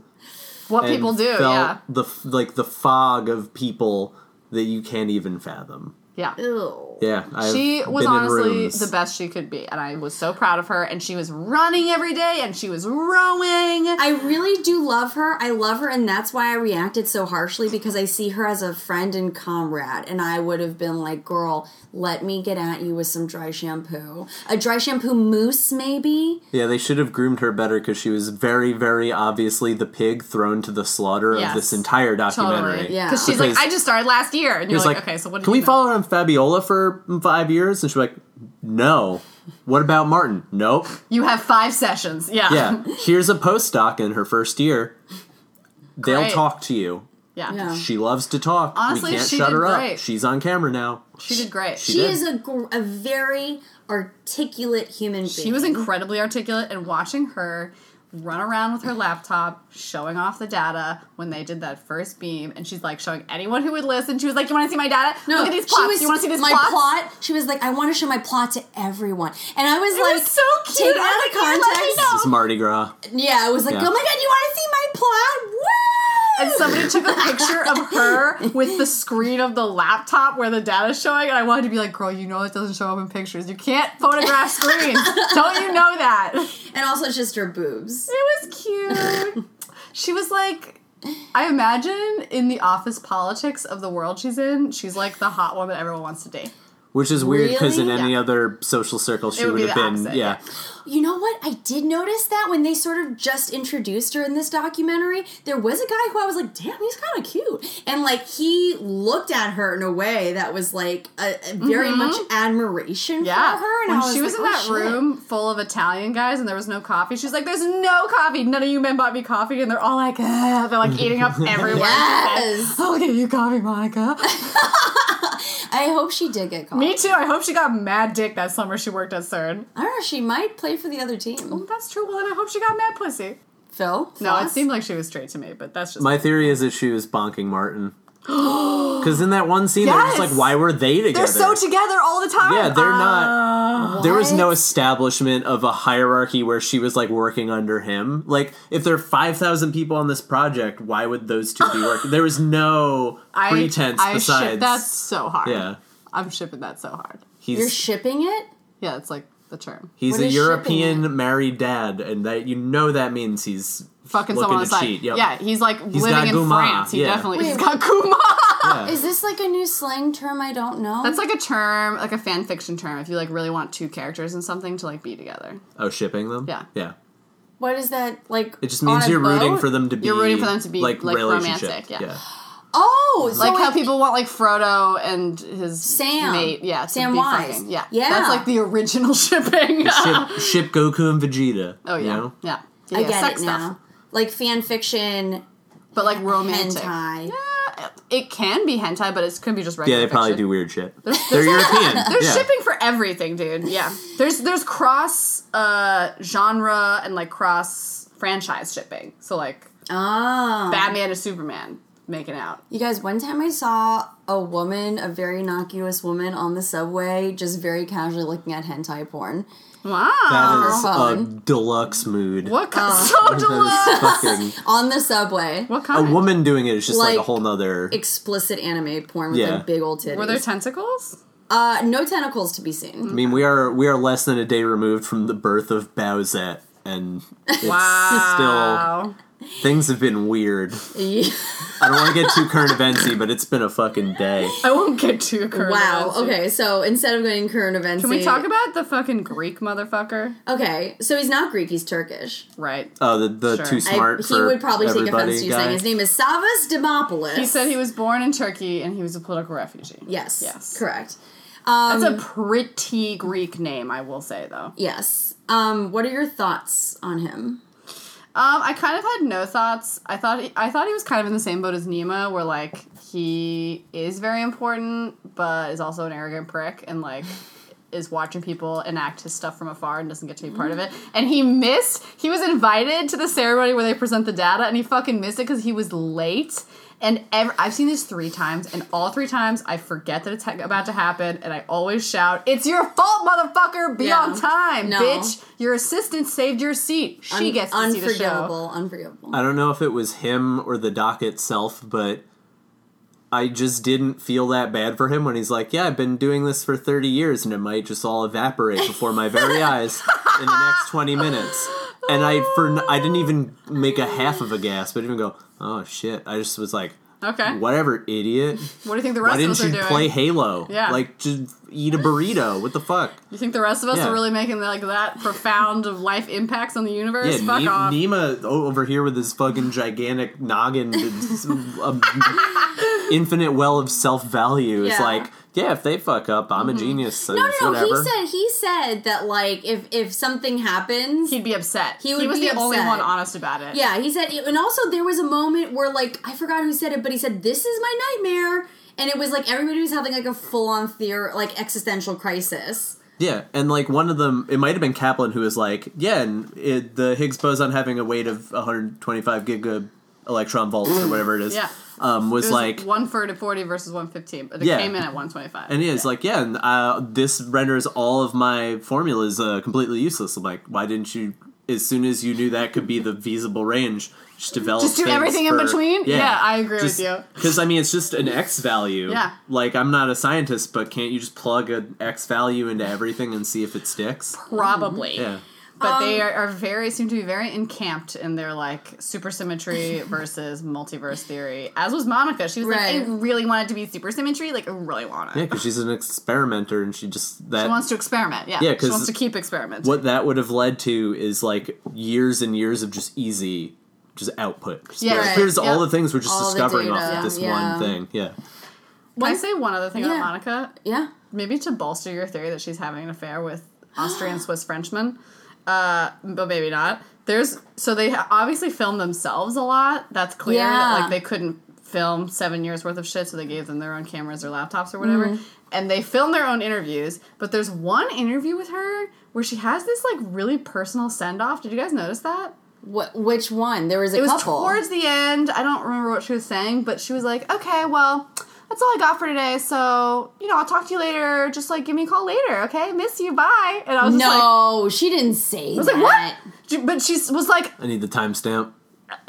what
and
people do.
felt
Yeah,
the f- like the fog of people that you can't even fathom.
yeah.
Ew.
Yeah, I've
She was
been in
honestly
rooms.
the best she could be, and I was so proud of her. And she was running every day, and she was rowing.
I really do love her. I love her, and that's why I reacted so harshly because I see her as a friend and comrade. And I would have been like, girl, let me get at you with some dry shampoo. A dry shampoo mousse, maybe?
Yeah, they should have groomed her better because she was very, very obviously the pig thrown to the slaughter
Yes.
of this entire documentary.
totally,
Yeah.
Because she's like,
Because-
I just started last year, and you're
It's
like,
like,
okay, so what? Do
can
you
we
know?
follow on Fabiola for five years? And she's like, no. What about Martin? Nope.
You have five sessions. Yeah,
Yeah, here's a postdoc in her first year. They'll
Great.
talk to you.
yeah.
Yeah.
She loves to talk.
Honestly,
we can't
she
shut
did
her
great.
up. She's on camera now.
She did great.
She
She
did.
is a, gr- a very articulate human being.
She was incredibly articulate, and watching her run around with her laptop, showing off the data when they did that first beam, and she's like showing anyone who would listen. She was like, "You want to see my data?
No,
Look at these
she
plots.
was-
you want to see this
my
plot?
plot? She was like, I want to show my plot to everyone, and I was
It
like,
was so cute.
Take it
I
out of
was like, "You let me
context.
know."
This is Mardi Gras.
Yeah, I was like,
Yeah.
oh my god, you want to see my plot? Woo!
And somebody took a picture of her with the screen of the laptop where the data's showing, and I wanted to be like, "Girl, you know it doesn't show up in pictures. You can't photograph screens. Don't you know that?"
and also just her boobs.
It was cute. she was like I imagine in the office politics of the world she's in, she's like the hot one that everyone wants to date.
Which is weird because
Really?
in any other social circle she
would
would
be
have
the
been
opposite,
yeah.
You know what? I did notice that when they sort of just introduced her in this documentary, there was a guy who I was like, damn, he's kind of cute. And like he looked at her in a way that was like a, a very much admiration
Mm-hmm. Yeah.
for her. And
when
I was
she was
like,
in
"Oh,
that
shit."
room full of Italian guys and there was no coffee, she's like, There's no coffee. None of you men bought me coffee. And they're all like, "Ah," They're like eating up everywhere.
Yes.
I'll give you coffee, Monica.
I hope she did get caught.
Me too. I hope she got mad dick that summer she worked at CERN.
I don't know. She might play for the other team.
That's true. Well, then I hope she got mad pussy.
Phil?
Oh. No, it
Floss?
seemed like she was straight to me, but that's just
My theory is that she was bonking Martin. Because in that one scene, they're just
Yes!
like, "Why were they together?"
They're so together Uh, all the time.
yeah, they're not. There was no
What?
establishment of a hierarchy where she was like working under him. Like, if there are five thousand people on this project, why would those two be working? There was no
I,
pretense.
I
besides,
ship that so hard.
yeah,
I'm shipping that so hard.
You're
he's
shipping it?
Yeah, it's like the term.
he's
What
a
is shipping it?
European married dad, and that you know that means he's
Fucking
looking
someone on the
to
side.
cheat. Yep.
Yeah, he's like
got
living in
Guma,
France. He
yeah.
definitely
Wait,
he's got Guma.
Yeah.
Is this like a new slang term I don't know?
That's like a term, like a fan fiction term. If you like really want two characters and something to like be together,
Oh, shipping them.
Yeah.
yeah.
what is that like?
It just
on
means
a
you're rooting
boat?
for them to be.
You're rooting for them to be,
like,
like,
relationship.
romantic, yeah.
Oh, so
like how
it-
people want like Frodo and his
Sam.
mate. Yeah, to
Sam
be
Wise.
fucking. Yeah,
Yeah.
That's like the original shipping.
ship, ship Goku and Vegeta.
oh yeah,
you know?
yeah.
I
Yeah,
get
sex
it now. Like fan fiction,
but like romantic.
hentai.
Yeah, it can be hentai, but it could be just regular.
Yeah, they probably
fiction.
do weird shit. They're European.
There's
yeah.
shipping for everything, dude. Yeah. There's there's cross uh genre and like cross franchise shipping. So like
Ah.
Batman and Superman making out.
You guys, one time I saw a woman, a very innocuous woman on the subway, just very casually looking at hentai porn.
Wow.
That is
Fun.
a deluxe mood.
what kind
Oh.
so
That
deluxe.
is fucking-
On the subway.
What
a
kind?
woman doing it is just like, a
Like,
whole nother.
Explicit anime porn with
Yeah.
like big old titties.
Were there Mm. tentacles?
uh, no tentacles to be seen.
I mean, we are we are less than a day removed from the birth of Bowsette, and it's
Wow.
still things have been weird.
Yeah.
I don't want to get too current eventsy, but it's been a fucking day.
I won't get too current.
wow.
about it.
Okay, so instead of going current events,
Can we talk about the fucking Greek motherfucker?
Okay, so he's not Greek; he's Turkish.
Right.
Oh, the the
Sure.
too
I-
smart.
I, he
for
would probably take
everybody
offense to you
guy.
saying his name is Savas Demopoulos.
He said he was born in Turkey and he was a political refugee.
Yes.
Yes.
Correct. Um,
That's a pretty Greek name, I will say though.
yes. Um, what are your thoughts on him?
Um, I kind of had no thoughts. I thought he, I thought he was kind of in the same boat as Nima, where like he is very important, but is also an arrogant prick, and like is watching people enact his stuff from afar and doesn't get to be part of it.
Mm-hmm.
And he missed. He was invited to the ceremony where they present the data, and he fucking missed it because he was late. And ev I've seen this three times, and all three times I forget that it's ha- about to happen, and I always shout, "It's your fault, motherfucker! Be
Yeah.
on time,
No.
bitch! Your assistant saved your seat. She
Un-
gets to
unforgivable.
see the show.
Unforgivable.
I don't know if it was him or the doc itself, but I just didn't feel that bad for him when he's like, "Yeah, I've been doing this for 30 years and it might just all evaporate before my very eyes in the next 20 minutes." And I for n- I didn't even make a half of a gasp. I didn't even go, "Oh shit." I just was like,
Okay. What,
"Whatever, idiot.
do you think the
Why
rest of
didn't
us are
you
doing?
play Halo?
Yeah.
Like just eat a burrito. What the fuck?"
you think the rest of us
Yeah.
are really making like that profound of life impacts on the universe?
Yeah,
Fuck
Ne-
off.
Nima o- over here with his fucking gigantic noggin, it's, um, infinite well of self value is
Yeah. Mm-hmm.
like, yeah, if they fuck up, I'm a genius. So
no,
it's
no, no.
whatever.
He said he said that like if if something happens,
He'd be upset. He,
would
was
be
the only
upset.
one honest about it.
yeah, he said. And also, there was a moment where like I forgot who said it, but he said, "This is my nightmare," and it was like everybody was having like a full on theor like existential crisis.
yeah, and like one of them, it might have been Kaplan who was like, yeah, and it, the Higgs boson having a weight of 125 giga electron volts or whatever it is,
Yeah.
um, was,
It was
like.
one for to forty versus one fifteen, but it
Yeah.
came in at one twenty five.
and yeah, it's like, yeah, and uh, this renders all of my formulas uh, completely useless. I'm like, why didn't you? As soon as you knew that could be the feasible range, just develop.
Just do
things
everything in
for-
between? Yeah, I agree with
Just-
you.
Because I mean, it's just an x value.
Yeah.
Like I'm not a scientist, but can't you just plug an x value into everything and see if it sticks?
Probably.
Mm-hmm. Yeah.
But they
Um,
are, are very seem to be very encamped in their like supersymmetry versus multiverse theory. As was Monica. She was
Right.
like, I really want it to be supersymmetry. Like, I really want it.
Yeah, because she's an experimenter, and she just that
She wants to experiment. Yeah.
Yeah,
she
'cause
wants to keep experimenting.
what that would have led to is like years and years of just easy, just output. Just be
Yeah,
like,
right.
Here's all
Yep.
the things we're just
All the
discovering off
data,
of this
yeah.
one thing. Yeah.
Can I say one other thing
Yeah.
about Monica?
Yeah.
Maybe to bolster your theory that she's having an affair with Austrian Swiss Frenchmen, uh, but maybe not. There's so they ha- obviously film themselves a lot. That's clear.
Yeah.
Like they couldn't film seven years worth of shit, so they gave them their own cameras or laptops or whatever,
Mm-hmm.
and they film their own interviews. But there's one interview with her where she has this like really personal send off. Did you guys notice that?
What? Which one? There was a
It was
couple.
towards the end. I don't remember what she was saying, but she was like, "Okay, well, that's all I got for today. So you know, I'll talk to you later. Just like give me a call later, okay? Miss you, bye." And I was just like,
no, she didn't say
"I was
that.
like, what?" She- But she s- was like,
I need the timestamp.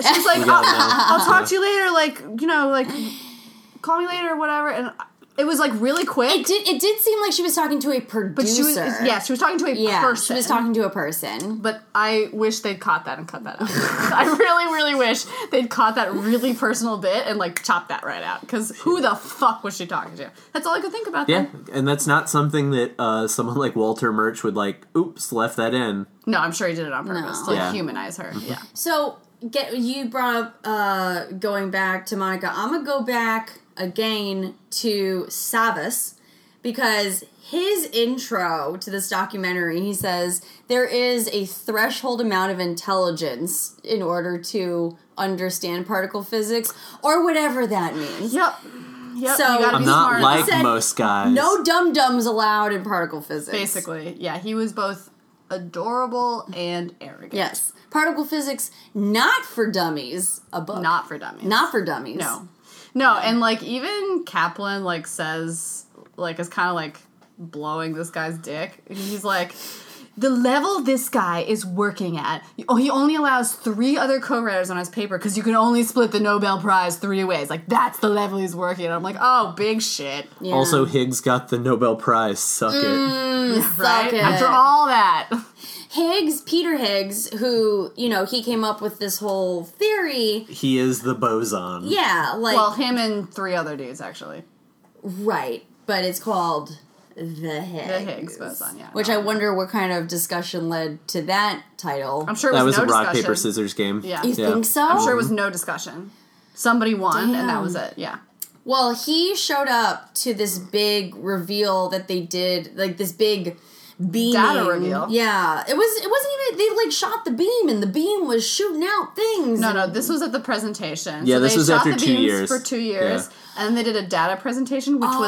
she was like,
You gotta
"I'll,
know.
I'll talk to you later. Like you know, like call me later, or whatever." And it was like really quick.
It did. It did seem like she was talking to a producer.
but she was yeah, she was talking to a
yeah.
person.
She was talking to a person.
But I wish they'd caught that and cut that out. I really, really wish they'd caught that really personal bit and like chopped that right out. Because who the fuck was she talking to? That's all I could think about.
Yeah,
Then.
and that's not something that uh, someone like Walter Murch would like. Oops, left that in.
No, I'm sure he did it on purpose
No.
to like,
Yeah. Mm-hmm.
humanize her. Yeah.
So get you brought up uh, going back to Monica. I'm gonna go back again to Savas because his intro to this documentary, he says there is a threshold amount of intelligence in order to understand particle physics or whatever that means.
Yep. Yep.
So-
you gotta
I'm
be
I'm not
smart.
like
Said
most guys.
No dum dums allowed in particle physics.
Basically, yeah. He was both adorable and arrogant.
Yes. Particle physics not for dummies, a book.
Not for dummies.
not for dummies.
No. No, and like even Kaplan like says like is kind of like blowing this guy's dick. He's like the level this guy is working at, oh, he only allows three other co-writers on his paper because you can only split the Nobel Prize three ways. Like that's the level he's working. at. I'm like, oh, big shit,
Yeah.
Also, Higgs got the Nobel Prize. Suck
Mm.
it.
right?
it.
After all that,
Higgs, Peter Higgs, who, you know, he came up with this whole theory.
He is the boson.
Yeah, like,
well, him and three other dudes actually.
right. But it's called the Higgs.
The Higgs boson, yeah.
Which I wonder what kind of discussion led to that title.
I'm sure it
That
was,
was
no
a rock
discussion.
paper scissors game.
Yeah.
you
Yeah.
think so?
I'm sure it was no discussion. Somebody won, and that
Damn.
was it. Yeah.
Well, he showed up to this big reveal that they did, like this big beam
Data reveal.
Yeah, it was. It wasn't even. They like shot the beam, and the beam was shooting out things.
No, no, this was at the presentation.
Yeah,
so
this
they
was
shot
after
the
two
beams
years.
for two years, and then they did a data presentation, which
Oh.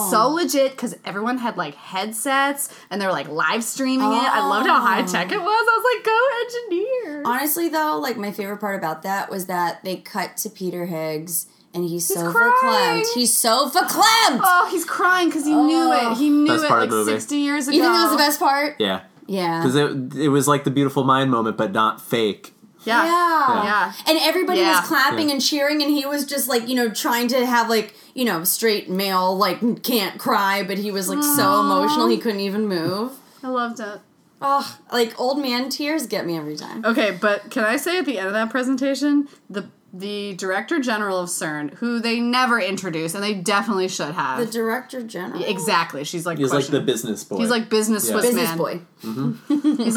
was so legit because everyone had like headsets and they were like live streaming it. I loved how high tech it was. I was like, go engineer.
Honestly, though, like my favorite part about that was that they cut to Peter Higgs, and he's, so
crying.
verklempt. He's so verklempt.
Oh, he's crying because he knew it. He knew
Oh. Best
it
part
like
of the movie.
sixty years ago.
you think that was the best part?
Yeah.
Yeah.
Because it, it was like the beautiful mind moment, but not fake.
Yeah.
Yeah.
Yeah.
And everybody
Yeah.
was clapping
Yeah.
and cheering, and he was just like, you know, trying to have like, you know, straight male, like, can't cry, but he was like so emotional he couldn't even move.
I loved it.
Oh, like old man tears get me every time.
Okay, but can I say at the end of that presentation, the the director general of CERN, who they never introduce, and they definitely should have.
The director general.
exactly. She's like
He was like the
questioning.
business boy.
He's like business
Yeah.
Swiss
Business
man.
boy.
He's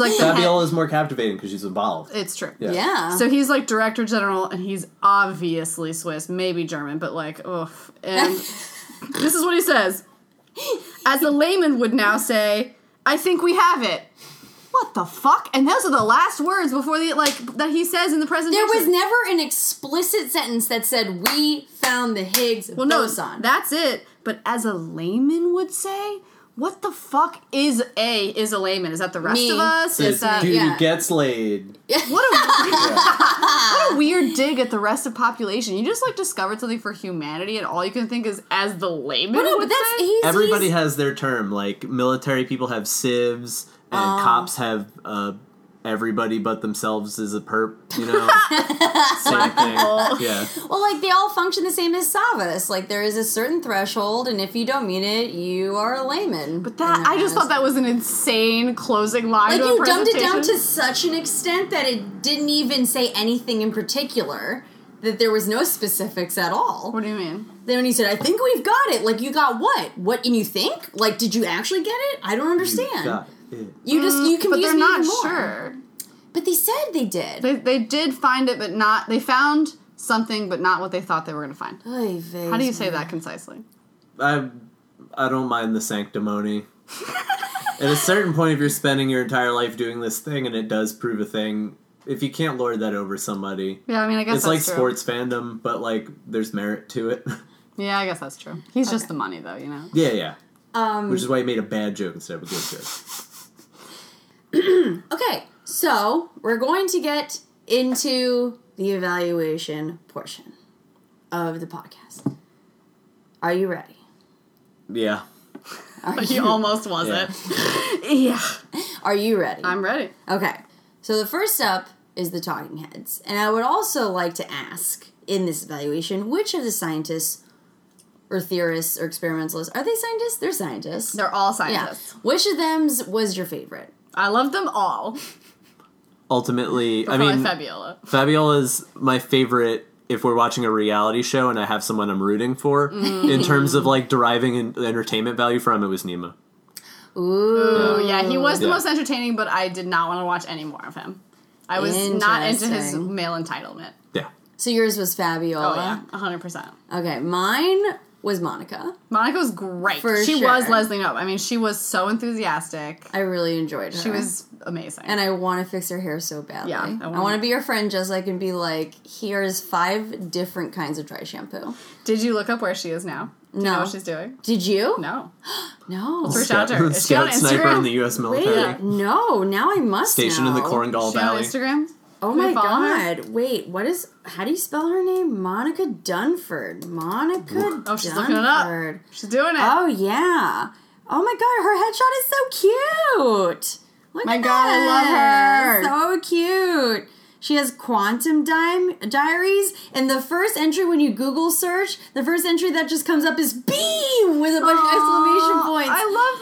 like the head.
Fabiola is more captivating because she's involved.
It's true.
Yeah.
Yeah.
So he's like director general, and he's obviously Swiss, maybe German, but like, oof. And this is what he says. As a layman would now say, I think we have it. What the fuck? And those are the last words before the like that he says in the
there
presentation.
was never an explicit sentence that said, We found the Higgs
Well, no,
boson.
that's it. But as a layman would say, what the fuck is a is a layman? Is that the rest
Me.
of us? Is
Says,
that
Dude
yeah.
gets laid.
What a, what a weird dig at the rest of population. You just like discovered something for humanity, and all you can think is as the layman.
But no,
would
but that's
say?
he's,
Everybody
he's-
has their term. Like military people have civs, and cops have uh, everybody but themselves is a perp, you know? Same thing. Yeah.
Well, like they all function the same as Savas. Like there is a certain threshold, and if you don't meet it, you are a layman.
But that I just thought that was an insane closing line.
Like
to a
you dumbed it down
presentation.
to such an extent that it didn't even say anything in particular. That there was no specifics at all.
What do you mean?
Then when he said, "I think we've got it," like you got what? What? And you think? Like, did you actually get it? I don't understand.
Got it.
You just you
Mm, But
confused
they're
me
not
even more.
sure.
But they said they did.
They they did find it, but not they found something, but not what they thought they were going to find. How do you say that concisely?
I I don't mind the sanctimony. At a certain point, if you're spending your entire life doing this thing and it does prove a thing, if you can't lord that over somebody,
Yeah, I mean, I guess
it's
that's
like
true.
sports fandom, but like there's merit to it.
Yeah, I guess that's true. He's just the money, though, you know.
yeah, yeah.
Um,
Which is why he made a bad joke instead of a good joke.
Okay, so we're going to get into the evaluation portion of the podcast. Are you ready?
Yeah.
But he almost wasn't. Yeah.
Are you ready?
I'm ready.
Okay. So the first up is the talking heads. And I would also like to ask in this evaluation which of the scientists or theorists or experimentalists are they scientists? They're scientists.
They're all
yeah.
scientists.
Which of them's was your favorite?
I love them all.
Ultimately, I
Probably
mean,
Fabiola.
Fabiola's my favorite if we're watching a reality show and I have someone I'm rooting for.
Mm.
In terms of like deriving en- entertainment value from, it was Nemo.
Ooh.
Oh yeah, he was the
Yeah.
most entertaining, but I did not want to watch any more of him. I was not into his
Interesting.
male entitlement.
Yeah.
So yours was
Oh yeah,
Fabiola.
hundred percent.
Okay, mine was Monica.
Monica's great.
For
she
sure.
was Leslie Nope. I mean, she was so enthusiastic.
I really enjoyed her.
She was amazing.
and I want to fix her hair so badly.
Yeah, I
I
wanna-
want to be your friend just so I can be like, here's five different kinds of dry shampoo.
did you look up where she is now? Do you know
No.
what she's doing?
Did you?
No.
No.
Reach out to her. Is she on
Scout sniper
Instagram?
in the U.S.
Wait,
military.
no, now I must
Stationed in the
know.
Coringal
She on
Valley.
Instagram?
Oh
Can we
my
follow her?
god. Wait, what is how do you spell her name? Monica Dunford. Monica
Oh, she's
Dunford.
looking it up. She's doing it.
Oh yeah. Oh my god, her headshot is so cute. Look
My
at
God, I
that. So
love
cute. She has quantum dime diaries, and the first entry when you Google search, the first entry that just comes up is beam with a bunch of exclamation
Aw,
points.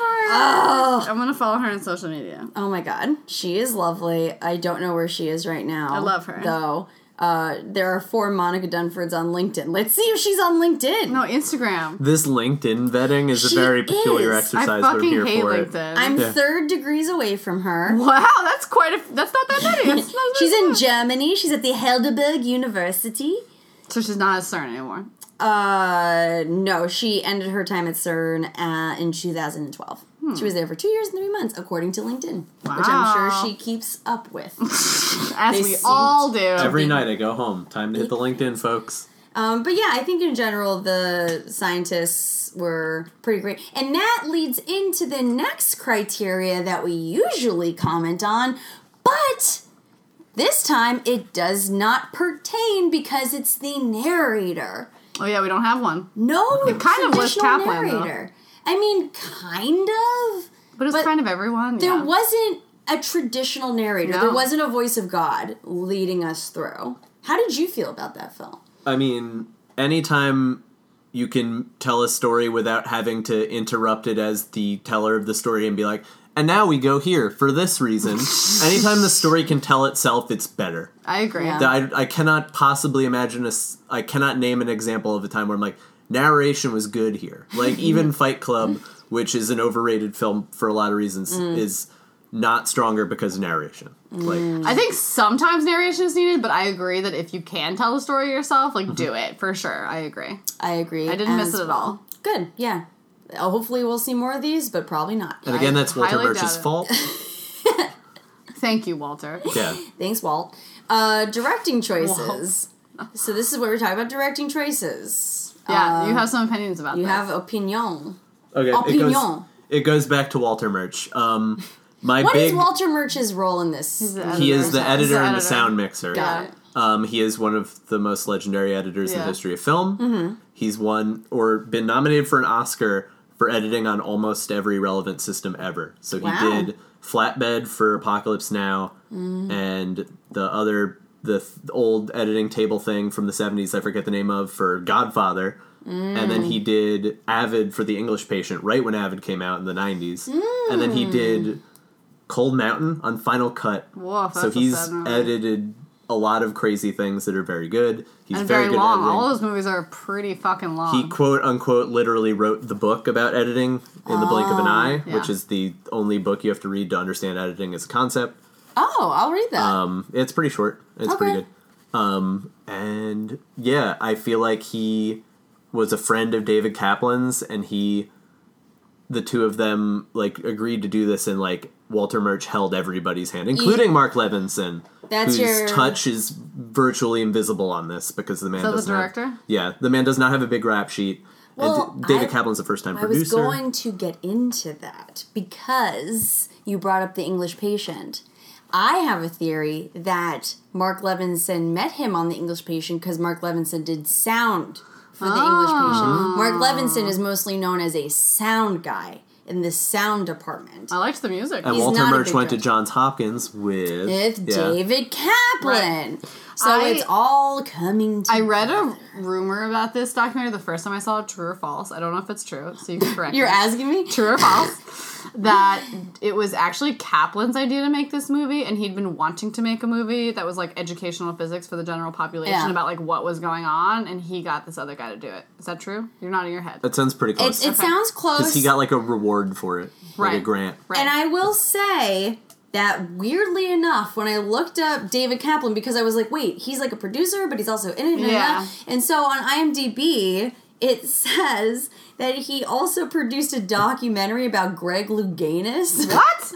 I love
Oh.
her. I'm gonna follow her on social media.
Oh my god, she is lovely. I don't know where she is right now. I
love her.
Though, uh, there are four Monica Dunfords on LinkedIn. Let's see if she's on LinkedIn.
No, Instagram.
This LinkedIn vetting is
She
a very peculiar
is.
I
exercise. but
fucking
I'm here
hate
for it.
LinkedIn.
I'm
Yeah.
third degrees away from her.
Wow, that's quite a. That's not that many. That's not
She's
that
in
bad.
Germany. She's at the Heidelberg University.
So she's not a CERN anymore.
Uh, no, she ended her time at CERN uh, in 2012. She was there for two years and three months, according to LinkedIn, which I'm sure
Wow.
she keeps up with.
As
They
we
seemed-
all do.
Every night I go home. Time to hit the LinkedIn, folks.
Um, but yeah, I think in general the scientists were pretty great, and that leads into the next criteria that we usually comment on, but this time it does not pertain because it's the narrator.
oh yeah, we don't have one.
No,
kind of was
traditional
Kaplan, though.
narrator. I mean, kind of.
But it's
But
kind of everyone.
There
yeah.
wasn't a traditional narrator.
No.
There wasn't a voice of God leading us through. How did you feel about that, Phil?
I mean, anytime you can tell a story without having to interrupt it as the teller of the story and be like, and now we go here for this reason. anytime the story can tell itself, it's better.
I agree.
Yeah.
I, I cannot possibly imagine a. s- I cannot name an example of a time where I'm like, narration was good here. Like, even Fight Club, which is an overrated film for a lot of reasons, is not stronger because of narration. Like,
I think sometimes narration is needed, but I agree that if you can tell the story yourself, like do
Mm-hmm.
it for sure. I agree.
I agree.
I didn't miss
as
it at
well.
all.
Good. Yeah. Uh, Hopefully, we'll see more of these, but probably not.
and again, that's Walter
highly
Murch's
doubt it.
fault.
Thank you, Walter.
Yeah.
Thanks, Walt. Uh, directing choices. so this is where we're talking about directing choices.
Yeah,
Uh,
you have some opinions about
you
this.
have opinion.
Okay. It goes,
Opinion.
it goes back to Walter Murch. Um, my
What is
big.
Walter Murch's role in this? Uh,
He's the
he is
editor.
the
He's
editor
the
and the
editor.
sound mixer.
Got it.
Um, he is one of the most legendary editors in
Yeah.
the history of film. He's won or been nominated for an Oscar for editing on almost every relevant system ever. So he
Wow.
did Flatbed for Apocalypse Now, and the other the th- old editing table thing from the 70s I forget the name of for Godfather. And then he did Avid for the English Patient right when Avid came out in the 90s. And then he did Cold Mountain on Final Cut.
Whoa, that's
so
a
he's
sad movie.
edited a lot of crazy things that are very good. He's
and
very,
very,
good at
long.
editing.
All those movies are pretty fucking long.
He quote unquote literally wrote the book about editing in the blink of an eye,
Oh, yeah.
which is the only book you have to read to understand editing as a concept.
Oh, I'll read that.
Um, it's pretty short. It's pretty
Okay.
good. Um, and yeah, I feel like he was a friend of David Kaplan's, and he, the two of them, like agreed to do this, and like Walter Murch held everybody's hand, including Mark Levinson,
That's
whose
your-
touch is virtually invisible on this because the man
that the
does not-
director?
yeah, the man does not have a big rap sheet.
Well,
and D- David
I-
Kaplan's a first time
I was
producer.
going to get into that because you brought up the English patient. I have a theory that Mark Levinson met him on the English patient because Mark Levinson did sound for the English
Ah.
patient. Mark Levinson is mostly known as a sound guy in the sound department.
I liked the music.
and Walter
not a
Murch
big
went to
director.
Johns Hopkins with
With
yeah.
David Kaplan. So
I-
it's all coming to
I read a rumor about this documentary the first time I saw it, true or false. I don't know if it's true, so you can correct
You're
me.
asking me?
true or false that it was actually Kaplan's idea to make this movie, and he'd been wanting to make a movie that was like educational physics for the general population
Yeah.
about like what was going on, and he got this other guy to do it. Is that true? You're nodding your head.
That sounds pretty
It,
close.
it sounds close.
Because he got like a reward for it, like
Right.
a grant.
right.
And I will say that weirdly enough, when I looked up David Kaplan, because I was like, wait, he's like a producer, but he's also in it. and-
Yeah.
And so on IMDb, it says that he also produced a documentary about Greg Louganis.
what?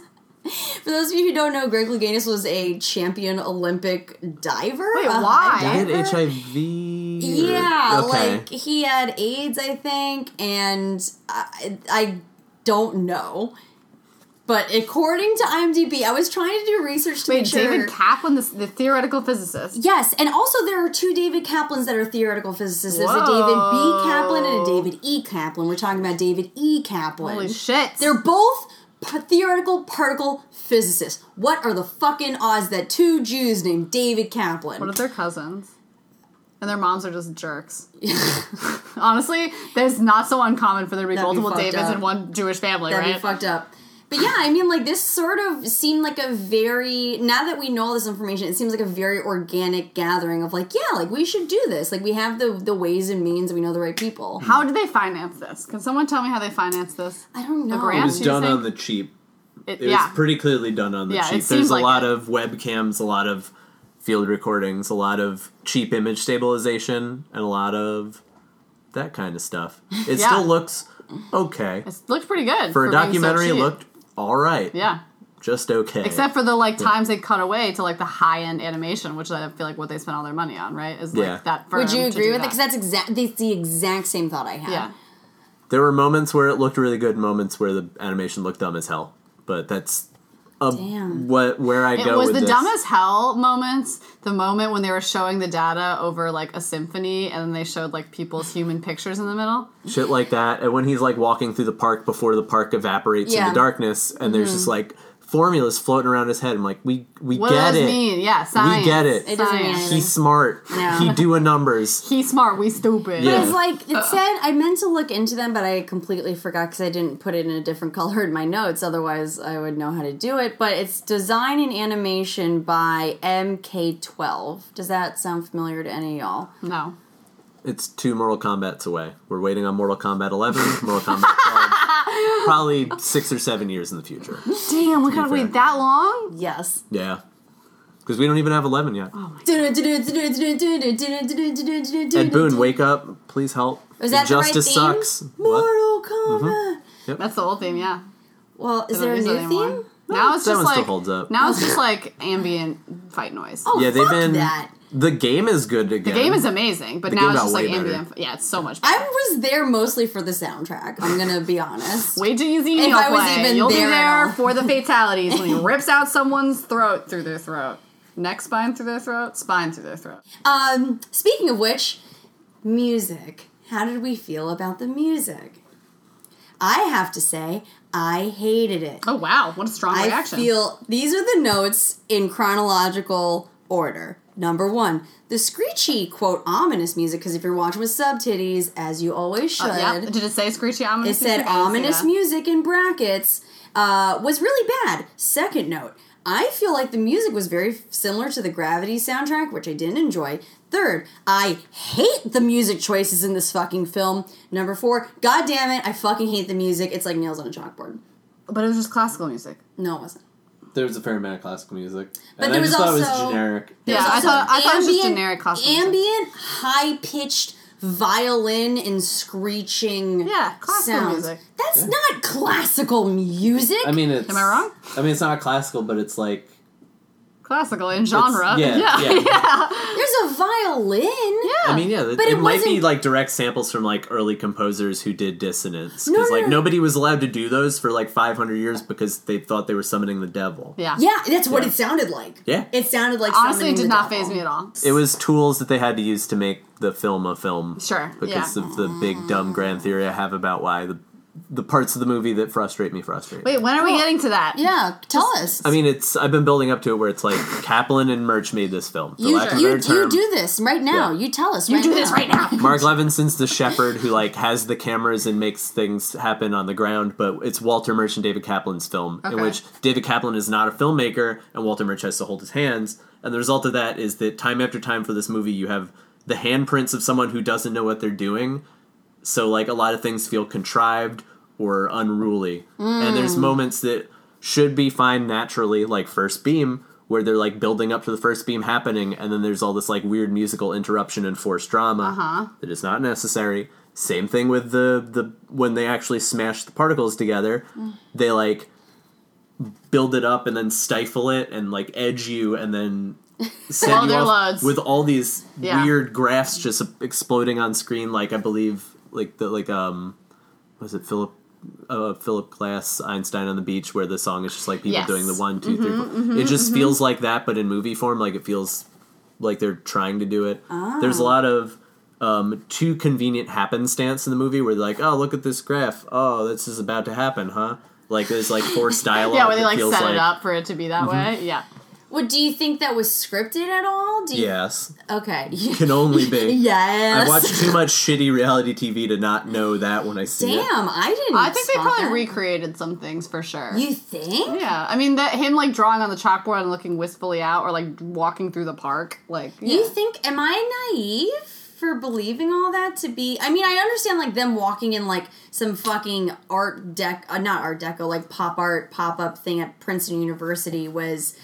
For those of you who don't know, Greg Louganis was a champion Olympic diver.
Wait,
a high
why?
He had
diver.
HIV. or-
Yeah,
okay.
like he had AIDS, I think, and I, I don't know. But according to IMDb, I was trying to do research to
Wait,
make sure.
David Kaplan, the, the theoretical physicist.
yes, and also there are two David Kaplans that are theoretical physicists. There's a David
Whoa.
B. Kaplan and a David E. Kaplan. We're talking about David E. Kaplan.
Holy shit!
They're both p- theoretical particle physicists. What are the fucking odds that two Jews named David Kaplan?
What if they're cousins? And their moms are just jerks. Honestly, that's not so uncommon for there to be
That'd be
multiple
fucked
Davids
up.
in one Jewish family,
That'd
right?
be fucked up. But yeah, I mean, like this sort of seemed like a very now that we know all this information, it seems like a very organic gathering of like, yeah, like we should do this. Like we have the the ways and means, we know the right people.
How did they finance this? Can someone tell me how they financed this?
I don't know.
it
grant?
was
She's
done
like-
on the cheap.
It-
It
yeah.
was pretty clearly done on the
Yeah, it
cheap.
seems
There's a
like
lot
it.
of webcams, a lot of field recordings, a lot of cheap image stabilization, and a lot of that kind of stuff. It
Yeah.
still looks okay
it looked pretty good
for a
being so
documentary.
cheap.
looked all right.
yeah.
just okay.
Except for the like times they cut away to like the high end animation, which I feel like what they spent all their money on, right? Is like
Yeah.
that. Firm
Would you
to
agree
do
with it?
that.
Because that's exact. That's the exact same thought I had.
yeah,
There were moments where it looked really good, moments where the animation looked dumb as hell. But that's a,
Damn.
what where I
it
go
was
with
the
this.
dumb as hell moments. The moment when they were showing the data over like a symphony, and then they showed like people's human pictures in the middle.
shit like that. And when he's like walking through the park before the park evaporates in
Yeah.
the darkness, and there's just like formulas floating around his head. I'm like, we we
What
get
does
it.
Mm-hmm. that mean? Yeah, science.
get it.
It doesn't mean
Science.
anything.
He's smart.
Yeah.
He doing numbers.
He's smart. We stupid.
Yeah.
It was like it said. I meant to look into them, but I completely forgot because I didn't put it in a different color in my notes. Otherwise, I would know how to do it. But it's design and animation by MK12. Does that sound familiar to any of y'all?
No.
It's two Mortal Kombat's away. We're waiting on Mortal Kombat 11, Mortal Kombat 12, probably six or seven years in the future.
Damn, we gotta
fair.
wait that long.
Yes.
Yeah, because we don't even have 11 yet. Ed
Ed
Boon, wake up! Please help.
Was that the right
Justice
theme?
sucks. What? Mm-hmm.
Mortal Kombat.
That's the old theme. Yeah.
Well, is
They
there a
don't use
new
it anymore.
theme?
Now it's
that
just
one still
like
holds up.
now it's just like ambient fight noise.
Oh,
Yeah, they've
fuck
been.
that.
The game is good
the
again.
game is amazing, but
The
now
game
it's
got
just like
way better.
ambient. Yeah, it's so much.
I
Better.
was there mostly for the soundtrack. I'm gonna be honest.
Way too easy.
If
you'll
I was
play.
even
you'll
there
be
at
there
all.
for the fatalities when he rips out someone's throat through their throat, neck spine through their throat, spine through their throat.
Um, speaking of which, music. How did we feel about the music? I have to say, I hated it.
Oh wow, what a strong
I
reaction.
feel these are the notes in chronological order. Number one, the screechy, quote, ominous music, because if you're watching with sub titties, as you always should,
Uh, yeah. Did it say screechy
it
ominous?
said
music? I didn't see
ominous
that.
music in brackets, uh, was really bad. Second note, I feel like the music was very f- similar to the Gravity soundtrack, which I didn't enjoy. Third, I hate the music choices in this fucking film. Number four, god damn it, I fucking hate the music. It's like nails on a chalkboard.
But it was just classical music.
No, it wasn't.
There was a fair amount of classical music,
But
and
there
I
was
just thought it
also-
was generic.
Yeah,
There's
I
also
thought- I thought it was just generic classical music.
Ambient, high pitched violin and screeching
Yeah, classical
sounds.
music.
That's not classical music.
I mean, it's.
Am I wrong?
I mean, it's not classical, but it's like
Classical in genre.
yeah,
yeah.
yeah.
there's a violin. Yeah.
I mean, yeah,
But it
it, might be
wasn't-
like direct samples from like early composers who did dissonance
No,
because
no,
like
no.
nobody was allowed to do those for like 500 years because they thought they were summoning the devil.
Yeah.
Yeah, that's what it sounded like.
Yeah.
It sounded like
Honestly,
summoning
it did
the
not
devil.
phase me at all.
It was tools that they had to use to make the film a film.
Sure,
Because
yeah.
of the big dumb grand theory I have about why the the parts of the movie that frustrate me frustrate. me.
Wait, when are we getting to that?
Yeah, tell us.
I mean, it's I've been building up to it where it's like Kaplan and Murch made this film. For
you,
lack of a
you,
better
you
term,
do this right now.
Yeah.
You tell us
You
right
do
now.
this right now.
Mark Levinson's the shepherd who like has the cameras and makes things happen on the ground, but it's Walter Murch and David Kaplan's film, in
Okay.
which David Kaplan is not a filmmaker and Walter Murch has to hold his hands. And the result of that is that time after time for this movie, you have the handprints of someone who doesn't know what they're doing. So like a lot of things feel contrived or unruly,
Mm.
and there's moments that should be fine naturally, like first beam. Where they're like building up to the first beam happening, and then there's all this like weird musical interruption and forced drama
Uh-huh.
that is not necessary. Same thing with the the when they actually smash the particles together,
Mm.
they like build it up and then stifle it and like edge you and then send
All
you
their
off
loads.
with all these
Yeah.
weird graphs just exploding on screen. Like I believe like the like um was it Philip. Uh, Philip Glass, Einstein on the Beach, where the song is just like people
Yes. Mm-hmm,
doing the one, two, three, four. It just feels like that, but in movie form. Like it feels like they're trying to do it. There's
Ah.
a lot of um, too convenient happenstance in the movie where they're like, oh, look at this graph. Oh, this is about to happen, huh? Like there's like forced dialogue.
Yeah, where they
that
like set
feels Mm-hmm.
it up for it to be that way. Yeah.
Well, do you think that was scripted at all? Do you,
Yes,
Okay.
can only be.
yes.
I watched too much shitty reality TV to not know that when I see
Damn,
it.
I didn't.
I think they
spot
probably
that.
recreated some things for sure.
You think?
yeah, I mean that him like drawing on the chalkboard and looking wistfully out, or like walking through the park, like yeah.
You think? Am I naive for believing all that to be? I mean, I understand like them walking in like some fucking art deck, uh, not art deco, like pop art pop up thing at Princeton University was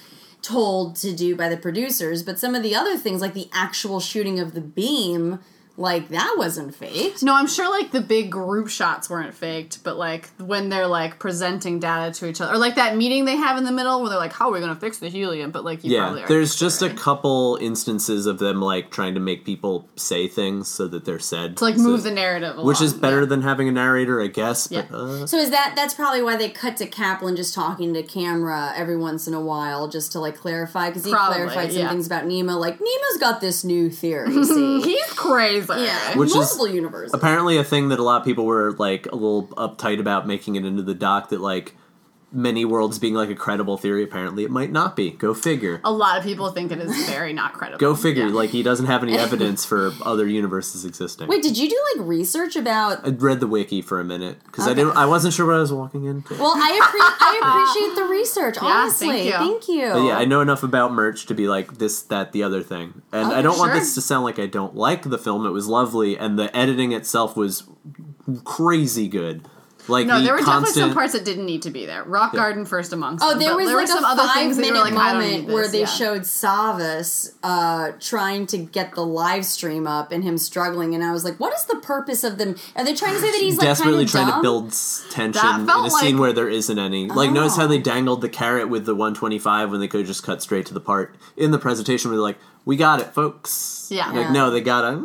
told to do by the producers, but some of the other things like the actual shooting of the beam, like that wasn't faked.
No, I'm sure like the big group shots weren't faked, but like when they're like presenting data to each other, or like that meeting they have in the middle where they're like, "How are we gonna fix the helium?" But like, you probably
Yeah,
are
there's just a couple instances of them like trying to make people say things so that they're said.
to like
so-
move the narrative, along.
which is better
Yeah.
than having a narrator, I guess. But
Yeah.
uh,
So is that that's probably why they cut to Kaplan just talking to camera every once in a while just to like clarify because he
Probably,
clarified some
yeah.
things about Nemo. Like Nemo's got this new theory. See,
He's crazy.
yeah,
Which is
multiple universes.
apparently a thing that a lot of people were like a little uptight about making it into the doc that like many worlds being like a credible theory apparently it might not be go figure
A lot of people think it is very not credible.
go figure like he doesn't have any evidence for other universes existing
Wait, did you do like research about?
i read the wiki for a minute because i
Okay.
didn't i wasn't sure what i was walking into
Well, I appre- I appreciate the research. honestly,
thank you.
thank you.
But yeah, I know enough about merch to be like this, that, the other thing, and I
Okay,
don't want
Oh, sure.
this to sound like I don't like the film. It was lovely, and the editing itself was crazy good. Like
No,
the
there were definitely
constant,
some parts that didn't need to be there. Rock Garden first amongst.
Oh,
them,
there
but
was like
were some
a
other
five
things that you were
minute
like, I don't
moment
need this.
where they
Yeah.
showed Savas uh, trying to get the live stream up and him struggling, and I was like, "What is the purpose of them? Are they trying to say that he's like
desperately
kinda
trying
dumb?
to build s- tension
That
in a
felt
scene
like-
where there isn't any. Like, notice
Oh.
how they dangled the carrot with the 125 when they could have just cut straight to the part in the presentation where they're like, "We got it, folks."
Yeah.
Like,
Yeah.
no, they got it.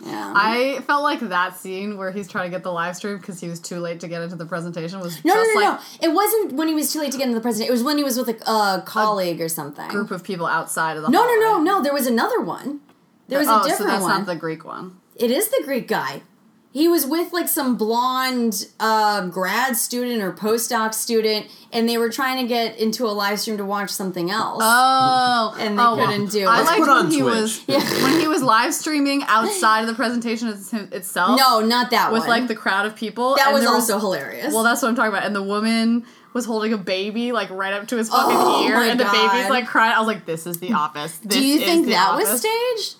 Yeah.
I felt like that scene where he's trying to get the live stream because he was too late to get into the presentation was
No, no,
just
no,
like
no. It wasn't when he was too late to get into the president. It was when he was with a uh, colleague or something.
group of people outside of the
No,
hall,
no, no,
right?
no. There was another one. There was
oh,
a different
so that's
one.
not the Greek one.
It is the Greek guy. he was with like some blonde uh, grad student or postdoc student, and they were trying to get into a live stream to watch something else.
Oh,
And they
oh,
couldn't do
I
it.
liked
Put
when
on
he
Twitch.
was when he was live streaming outside of the presentation it's- itself.
no, not that
with
one.
like the crowd of people.
that
and
was
there
also hilarious.
well, that's what I'm talking about. And the woman was holding a baby like right up to his fucking
Oh
ear,
my
and the
God.
baby's like crying. I was like, "This is the office." This
do you
is
think
The
that was
Office.
staged?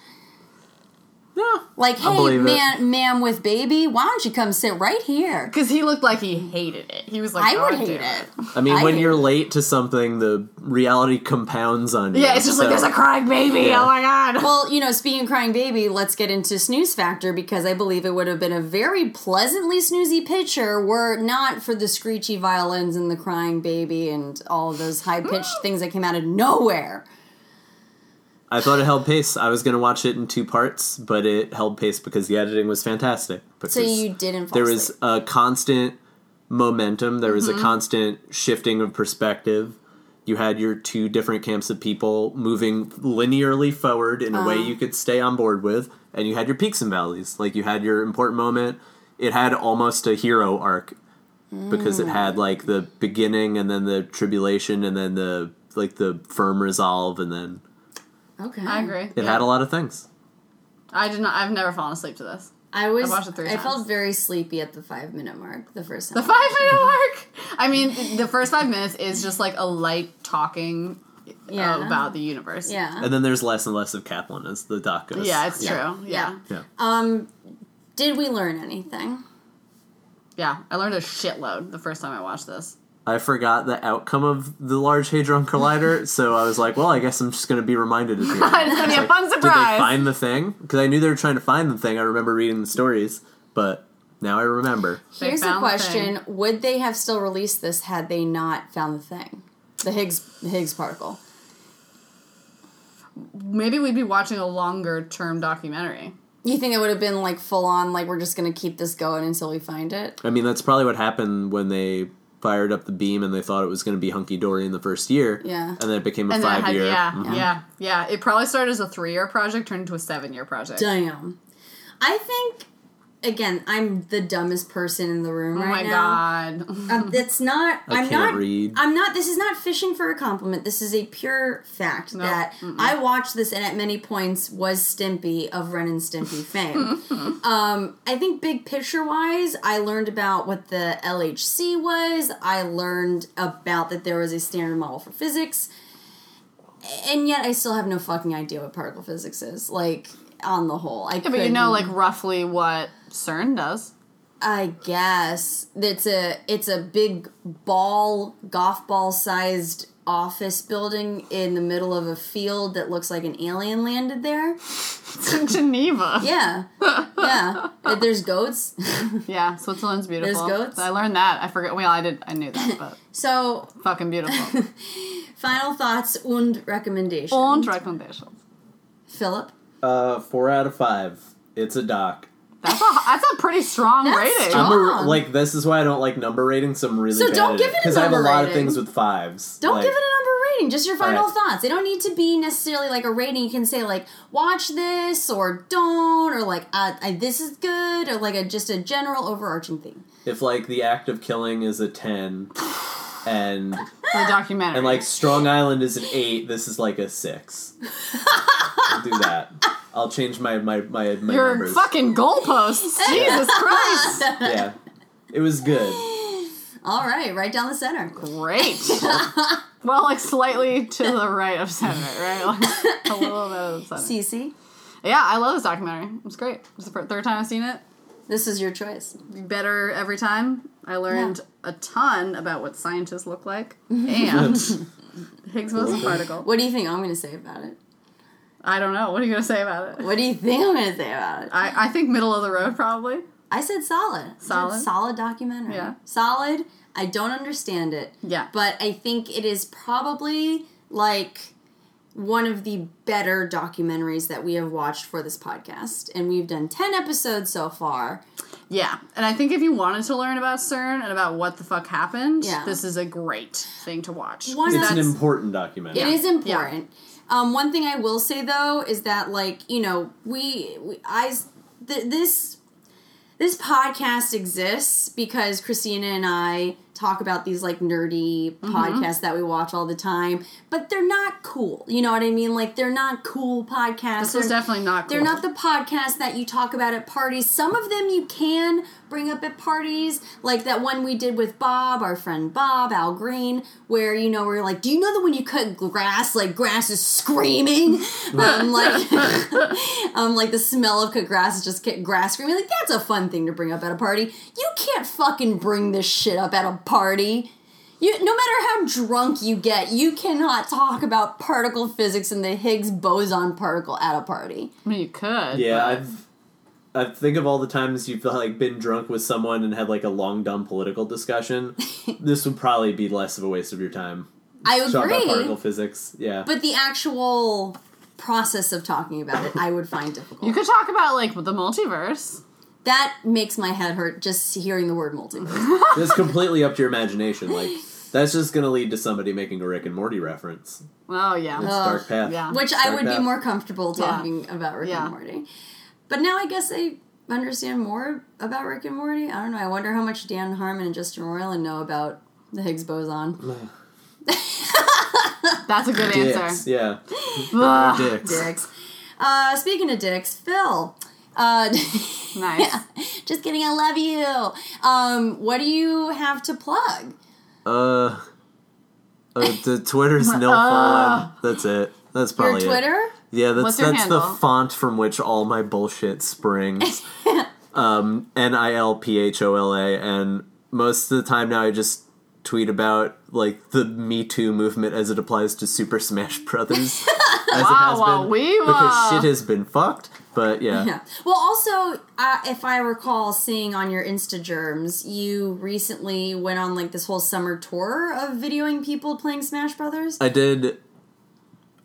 No.
Like,
I
hey,
believe it.
man, ma'am with baby, why don't you come sit right here?
Because he looked like he hated it. He was like,
I would
"God
hate
damn
it.
I mean,
I
when
hate
you're
it.
late to something, the reality compounds on you.
Yeah, it's just like
so-
there's a crying baby.
Yeah.
Oh my god.
Well, you know, speaking of crying baby, let's get into snooze factor because I believe it would have been a very pleasantly snoozy picture were it not for the screechy violins and the crying baby and all of those high pitched things that came out of nowhere.
I thought it held pace. I was going to watch it in two parts, but it held pace because the editing was fantastic.
So
because
you didn't. Fall
there was
asleep.
a constant momentum. There was
Mm-hmm.
a constant shifting of perspective. You had your two different camps of people moving linearly forward in a way
Uh-huh.
you could stay on board with, and you had your peaks and valleys. Like you had your important moment. It had almost a hero arc because
Mm.
it had like the beginning and then the tribulation and then the like the firm resolve and then
okay.
I agree.
it had a lot of things.
I did not. I've never fallen asleep to this.
I was.
I watched it three
I
times.
felt very sleepy at the five minute mark the first
The
time.
five minute mark. I mean, the first five minutes is just like a light talking uh,
Yeah.
about the universe.
yeah.
And then there's less and less of Kaplan as the doc goes.
Uh-huh. Yeah, it's true. Yeah.
Yeah.
yeah.
Yeah.
Um, did we learn anything?
I learned a shitload the first time I watched this.
I forgot the outcome of the Large Hadron Collider, so I was like, well, I guess I'm just going to be reminded at the end.
it's gonna be a fun
Did they
surprise.
find the thing? Because I knew they were trying to find the thing. I remember reading the stories, but now I remember.
They
Here's a
found the
question: Would they have still released this had they not found the thing, the Higgs Higgs particle?
Maybe we'd be watching a longer term documentary.
You think it would have been like full on, like we're just gonna keep this going until we find it?
I mean, that's probably what happened when they fired up the beam and they thought it was going to be hunky dory in the first year.
Yeah.
And then it became a
And then it
five
had,
year. Mm-hmm.
yeah, yeah, yeah. It probably started as a three year project, turned into a seven year project.
Damn. I think, again, I'm the dumbest person in the room
Oh
right now.
my god.
Um, that's not. I am
Hmm. can't
not.
read.
I'm not. This is not fishing for a compliment. This is a pure fact that I watched this and at many points was Stimpy of Ren and Stimpy fame. um, I think big picture wise, I learned about what the LHC was. I learned about that there was a standard model for physics, and yet I still have no fucking idea what particle physics is. Like on the whole, I
But you know, like roughly what CERN does.
I guess it's a it's a big ball golf ball sized office building in the middle of a field that looks like an alien landed there.
It's in Geneva.
Yeah, yeah. Uh, There's goats.
Yeah, Switzerland's beautiful.
goats?
I learned that. I forget. Well, I did. I knew that, but
So
fucking beautiful.
final thoughts and recommendations.
Und recommendations.
Philip,
Uh, four out of five. It's a doc.
That's a that's a pretty strong
That's
rating.
strong.
I'm a,
Wrong.
like this is why I don't like number ratings. So I'm really
So
bad
don't
at
give it a
because I have a
number
lot of
rating.
things with fives.
don't
Like,
give it a number rating. Just your final
right.
thoughts. They don't need to be necessarily like a rating. You can say like watch this or don't or like uh, I, this is good or like a just a general overarching thing.
if like the act of killing is a 10 and
The documentary.
and like strong island is an 8 this is like a 6 I'll do that i'll change my my my, my
your
numbers
fucking goalposts. Jesus Christ!
yeah it was good
All right, right down the center.
Great. well, like slightly to the right of center, right? Like a little bit of center.
Cece,
Yeah, I love this documentary. It's great. It's the fir- third time I've seen it.
this is your choice.
Better every time. I learned a ton about what scientists look like and Higgs boson particle.
What do you think I'm going to say about it?
I don't know. What are you gonna say about it?
What do you think I'm going to say about it?
I, I think middle of the road probably.
I said solid. I said
Solid?
solid documentary.
Yeah.
Solid. I don't understand it.
Yeah.
But I think it is probably like one of the better documentaries that we have watched for this podcast. And we've done 10 episodes so far.
Yeah. And I think if you wanted to learn about CERN and about what the fuck happened,
Yeah.
this is a great thing to watch.
Why
it's
not?
an important documentary
It is important. Um, one thing I will say though is that like you know we, we I s- th- this this podcast exists because Christina and I talk about these like nerdy
Mm-hmm.
podcasts that we watch all the time, but they're not cool. You know what I mean? Like they're not cool podcasts.
This was
They're-
definitely not.
they're
cool.
not the podcast that you talk about at parties. Some of them you can bring up at parties, like that one we did with Bob, our friend Bob, Al Green, where you know we're like, do you know that when you cut grass, like grass is screaming, um, like, um, like the smell of cut grass is just get grass screaming. Like that's a fun thing to bring up at a party. You can't fucking bring this shit up at a party. You, no matter how drunk you get, you cannot talk about particle physics and the Higgs boson particle at a party.
I mean, you could.
Yeah,
but-
I've I think of all the times you've like been drunk with someone and had like a long dumb political discussion. this would probably be less of a waste of your time.
I
Talk about particle
agree,
physics. Yeah.
but the actual process of talking about it, I would find difficult.
you could talk about like the multiverse.
that makes my head hurt just hearing the word multiverse.
That's completely up to your imagination. Like that's just gonna lead to somebody making a Rick and Morty reference.
Oh yeah.
It's dark path.
yeah.
which I
Start
would
that.
be more comfortable
Yeah.
talking about Rick
Yeah.
and Morty. But now I guess I understand more about Rick and Morty. I don't know. I wonder how much Dan Harmon and Justin Roiland know about the Higgs boson.
That's a good
Dicks.
answer.
Yeah.
Ugh,
Dicks.
dicks.
Uh, speaking of dicks, Phil. Uh,
Nice.
just kidding. I love you. Um, what do you have to plug?
Uh, uh the Twitter's no fun. That's it. That's
Your
probably it.
Twitter?
Yeah, that's
What's your
that's the
handle?
font from which all my bullshit springs. um, N I L P H O L A, and most of the time now I just tweet about like the Me Too movement as it applies to Super Smash Brothers. as it
Wow,
has
wow,
been,
we
because
were-
shit has been fucked. But yeah,
Yeah. Well, also, uh, if I recall seeing on your Insta germs, you recently went on like this whole summer tour of videoing people playing Smash Brothers.
I did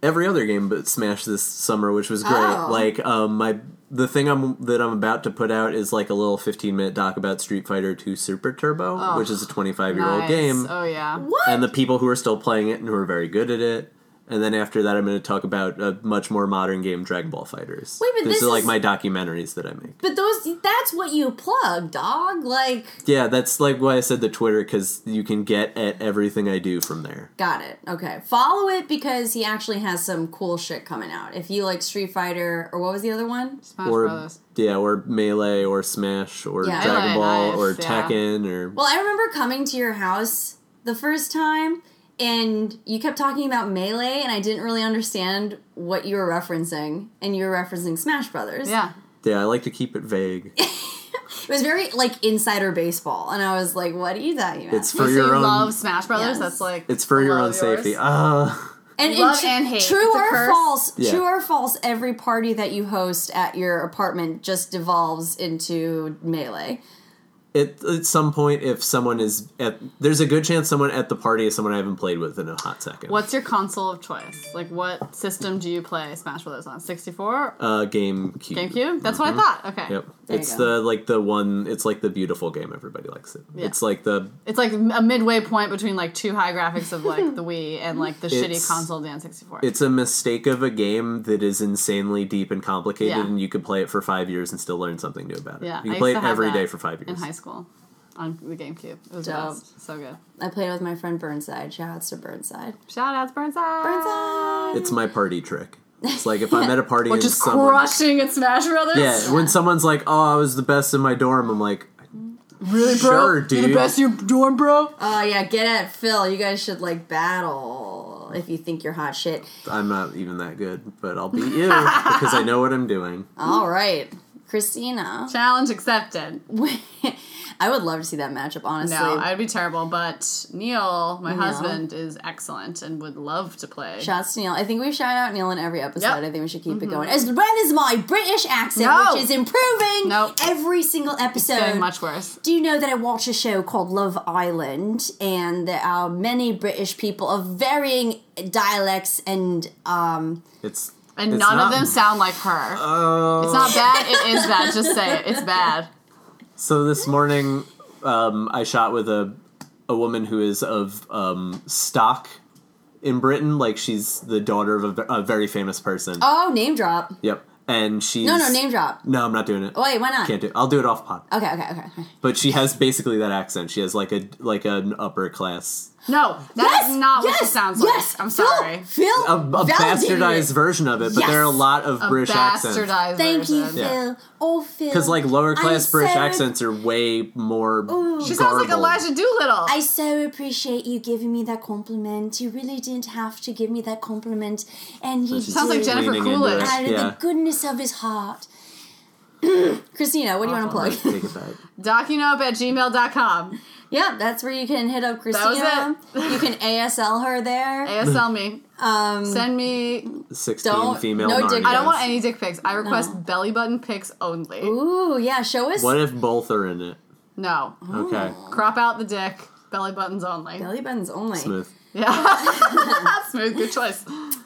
every other game but Smash this summer, which was great.
Oh.
Like um, my the thing I'm that I'm about to put out is like a little 15 minute doc about Street Fighter 2 Super Turbo, which is a 25 year old
Nice.
game.
Oh yeah.
Oh. what?
and the people who are still playing it and who are very good at it. And then after that, I'm going to talk about a much more modern game, Dragon Ball Fighters.
Wait, but
These
this
are like
is-
my documentaries that I make.
but those, that's what you plug, dog. Like,
Yeah, that's like why I said the Twitter because you can get at everything I do from there.
got it. Okay. Follow it because he actually has some cool shit coming out. If you like Street Fighter, or what was the other one?
Smash
or
Brothers.
yeah, or Melee, or Smash, or
Yeah.
Dragon
Melee,
Ball,
nice,
or
yeah.
Tekken, or
Well, I remember coming to your house the first time and you kept talking about Melee and I didn't really understand what you were referencing and you were referencing Smash Brothers.
Yeah.
yeah, I like to keep it vague.
It was very like insider baseball and I was like, what are you talking about?
It's for
so
your
you
own.
love Smash Brothers.
Yes.
That's like
it's for your
love
own
of yours.
safety. Ah,
and,
love
tr-
and hate.
True
It's a
or
curse.
false,
Yeah.
true or false, every party that you host at your apartment just devolves into Melee.
at, at some point, if someone is at, there's a good chance someone at the party is someone I haven't played with in a hot second.
What's your console of choice? Like, what system do you play Smash Brothers on? 64?
uh, GameCube?
GameCube? That's what I thought. Okay.
Mm-hmm. Yep.
There you
it's
go.
the like the one it's like the beautiful game everybody likes it.
Yeah.
It's like the
It's like a midway point between like two high graphics of like the Wii and like the shitty
It's-
console Dan 64.
it's a mistake of a game that is insanely deep and complicated
Yeah.
and you could play it for 5 years and still learn something new about it.
Yeah,
you
I
can play
used
it
to have
every
that
day for 5 years.
in high school on the GameCube. It was the
Dope.
best. so good.
I played with my friend Burnside. Shout outs to Burnside.
Shout outs, Burnside.
Burnside!
It's my party trick. It's like if I'm at a party
Which
and
is
someone
crushing at Smash Brothers.
Yeah, when someone's like, "Oh, I was the best in my dorm." I'm like,
really, bro.
Sure,
You're the
dude. Uh,
best you're doing, bro.
Oh yeah, get at Phil. You guys should like battle if you think you're hot shit.
"I'm not even that good, but I'll beat you because I know what I'm doing."
All right, Christina.
Challenge accepted.
I would love to see that matchup. Honestly,
No, I'd be terrible. But Neil, my
Neil.
husband, is excellent and would love to play.
shouts to Neil. I think we shout out Neil in every episode.
Yep. Mm-hmm.
I think we should keep it going. As well as my British accent,
No.
which is improving
Nope.
every single episode.
Doing much worse.
do you know that I watch a show called Love Island, and there are many British people of varying dialects and um,
It's
And
it's
none
not-
of them sound like her.
Oh.
it's not bad. It is bad. Just say it. It's bad.
So this morning, um, I shot with a a woman who is of um, stock in Britain. Like she's the daughter of a, ve- a very famous person.
oh name drop.
Yep. and she's
No, no, name drop.
No, I'm not doing it.
Wait, why not?
Can't do. It. I'll do it off pod.
Okay, okay, okay. okay.
But she has basically that accent. She has like a like an upper class,
No, that's not what she sounds like.
yes,
I'm
Phil-
sorry.
Phil,
a, a
validated
bastardized
it.
version of it. But there are a
Yes.
lot of
A
British accents.
bastardized
Thank you,
version.
Yeah.
Phil. Oh, Phil.
Because like lower class
I'm
British
so-
accents are way more.
She sounds like
garbled.
Elijah Doolittle.
I so appreciate you giving me that compliment. You really didn't have to give me that compliment, and you
she's
sounds like
did
Jennifer
leaning into
Coolidge.
it.
out of
Yeah.
the goodness of his heart. Christina, what do you want to
Alright,
plug?
Take it back.
Docunope at gmail.com.
Yeah, that's where you can hit up
was
Christina. you can ASL her there.
ASL me.
Um,
Send me.
16
Don't-
female
no dick-
Narnias.
I don't want any dick pics. I request belly button pics only.
ooh, yeah, show us
What if both are in it?
No.
Okay.
Crop out the dick. Belly buttons only.
belly buttons only.
Smooth.
Yeah. Smooth. Good choice.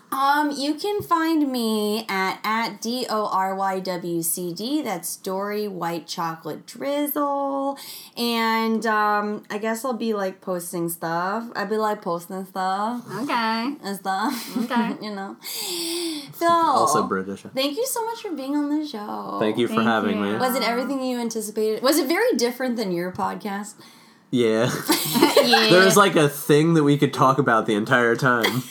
Um, you can find me at at d o r y w c d. That's Dory White Chocolate Drizzle, and um, I guess I'll be like posting stuff. I'll be like posting stuff
Okay.
and stuff.
Okay.
you know. So
Also British.
Thank you so much for being on the show.
Thank you for
Thank
having
you.
me.
Was it everything you anticipated? Was it very different than your podcast?
Yeah.
yeah.
There's like a thing that we could talk about the entire time.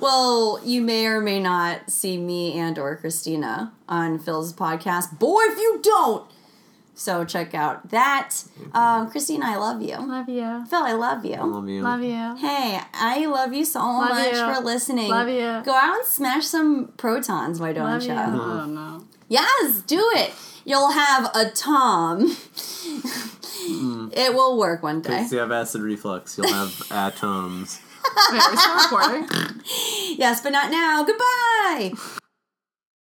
Well, you may or may not see me and or Christina on Phil's podcast. Boy, if you don't, so check out that. Um, Christina, I love you.
Love you.
Phil, I love you.
Love you.
Love you.
Hey, I love you so much
you.
for listening.
Love you.
Go out and smash some protons, why don't
Love you.
you?
Oh, no.
Yes, do it. You'll have a tom. It will work one day.
If you have acid reflux, you'll have atoms.
Wait, are we still recording?
Yes, but not now. Goodbye.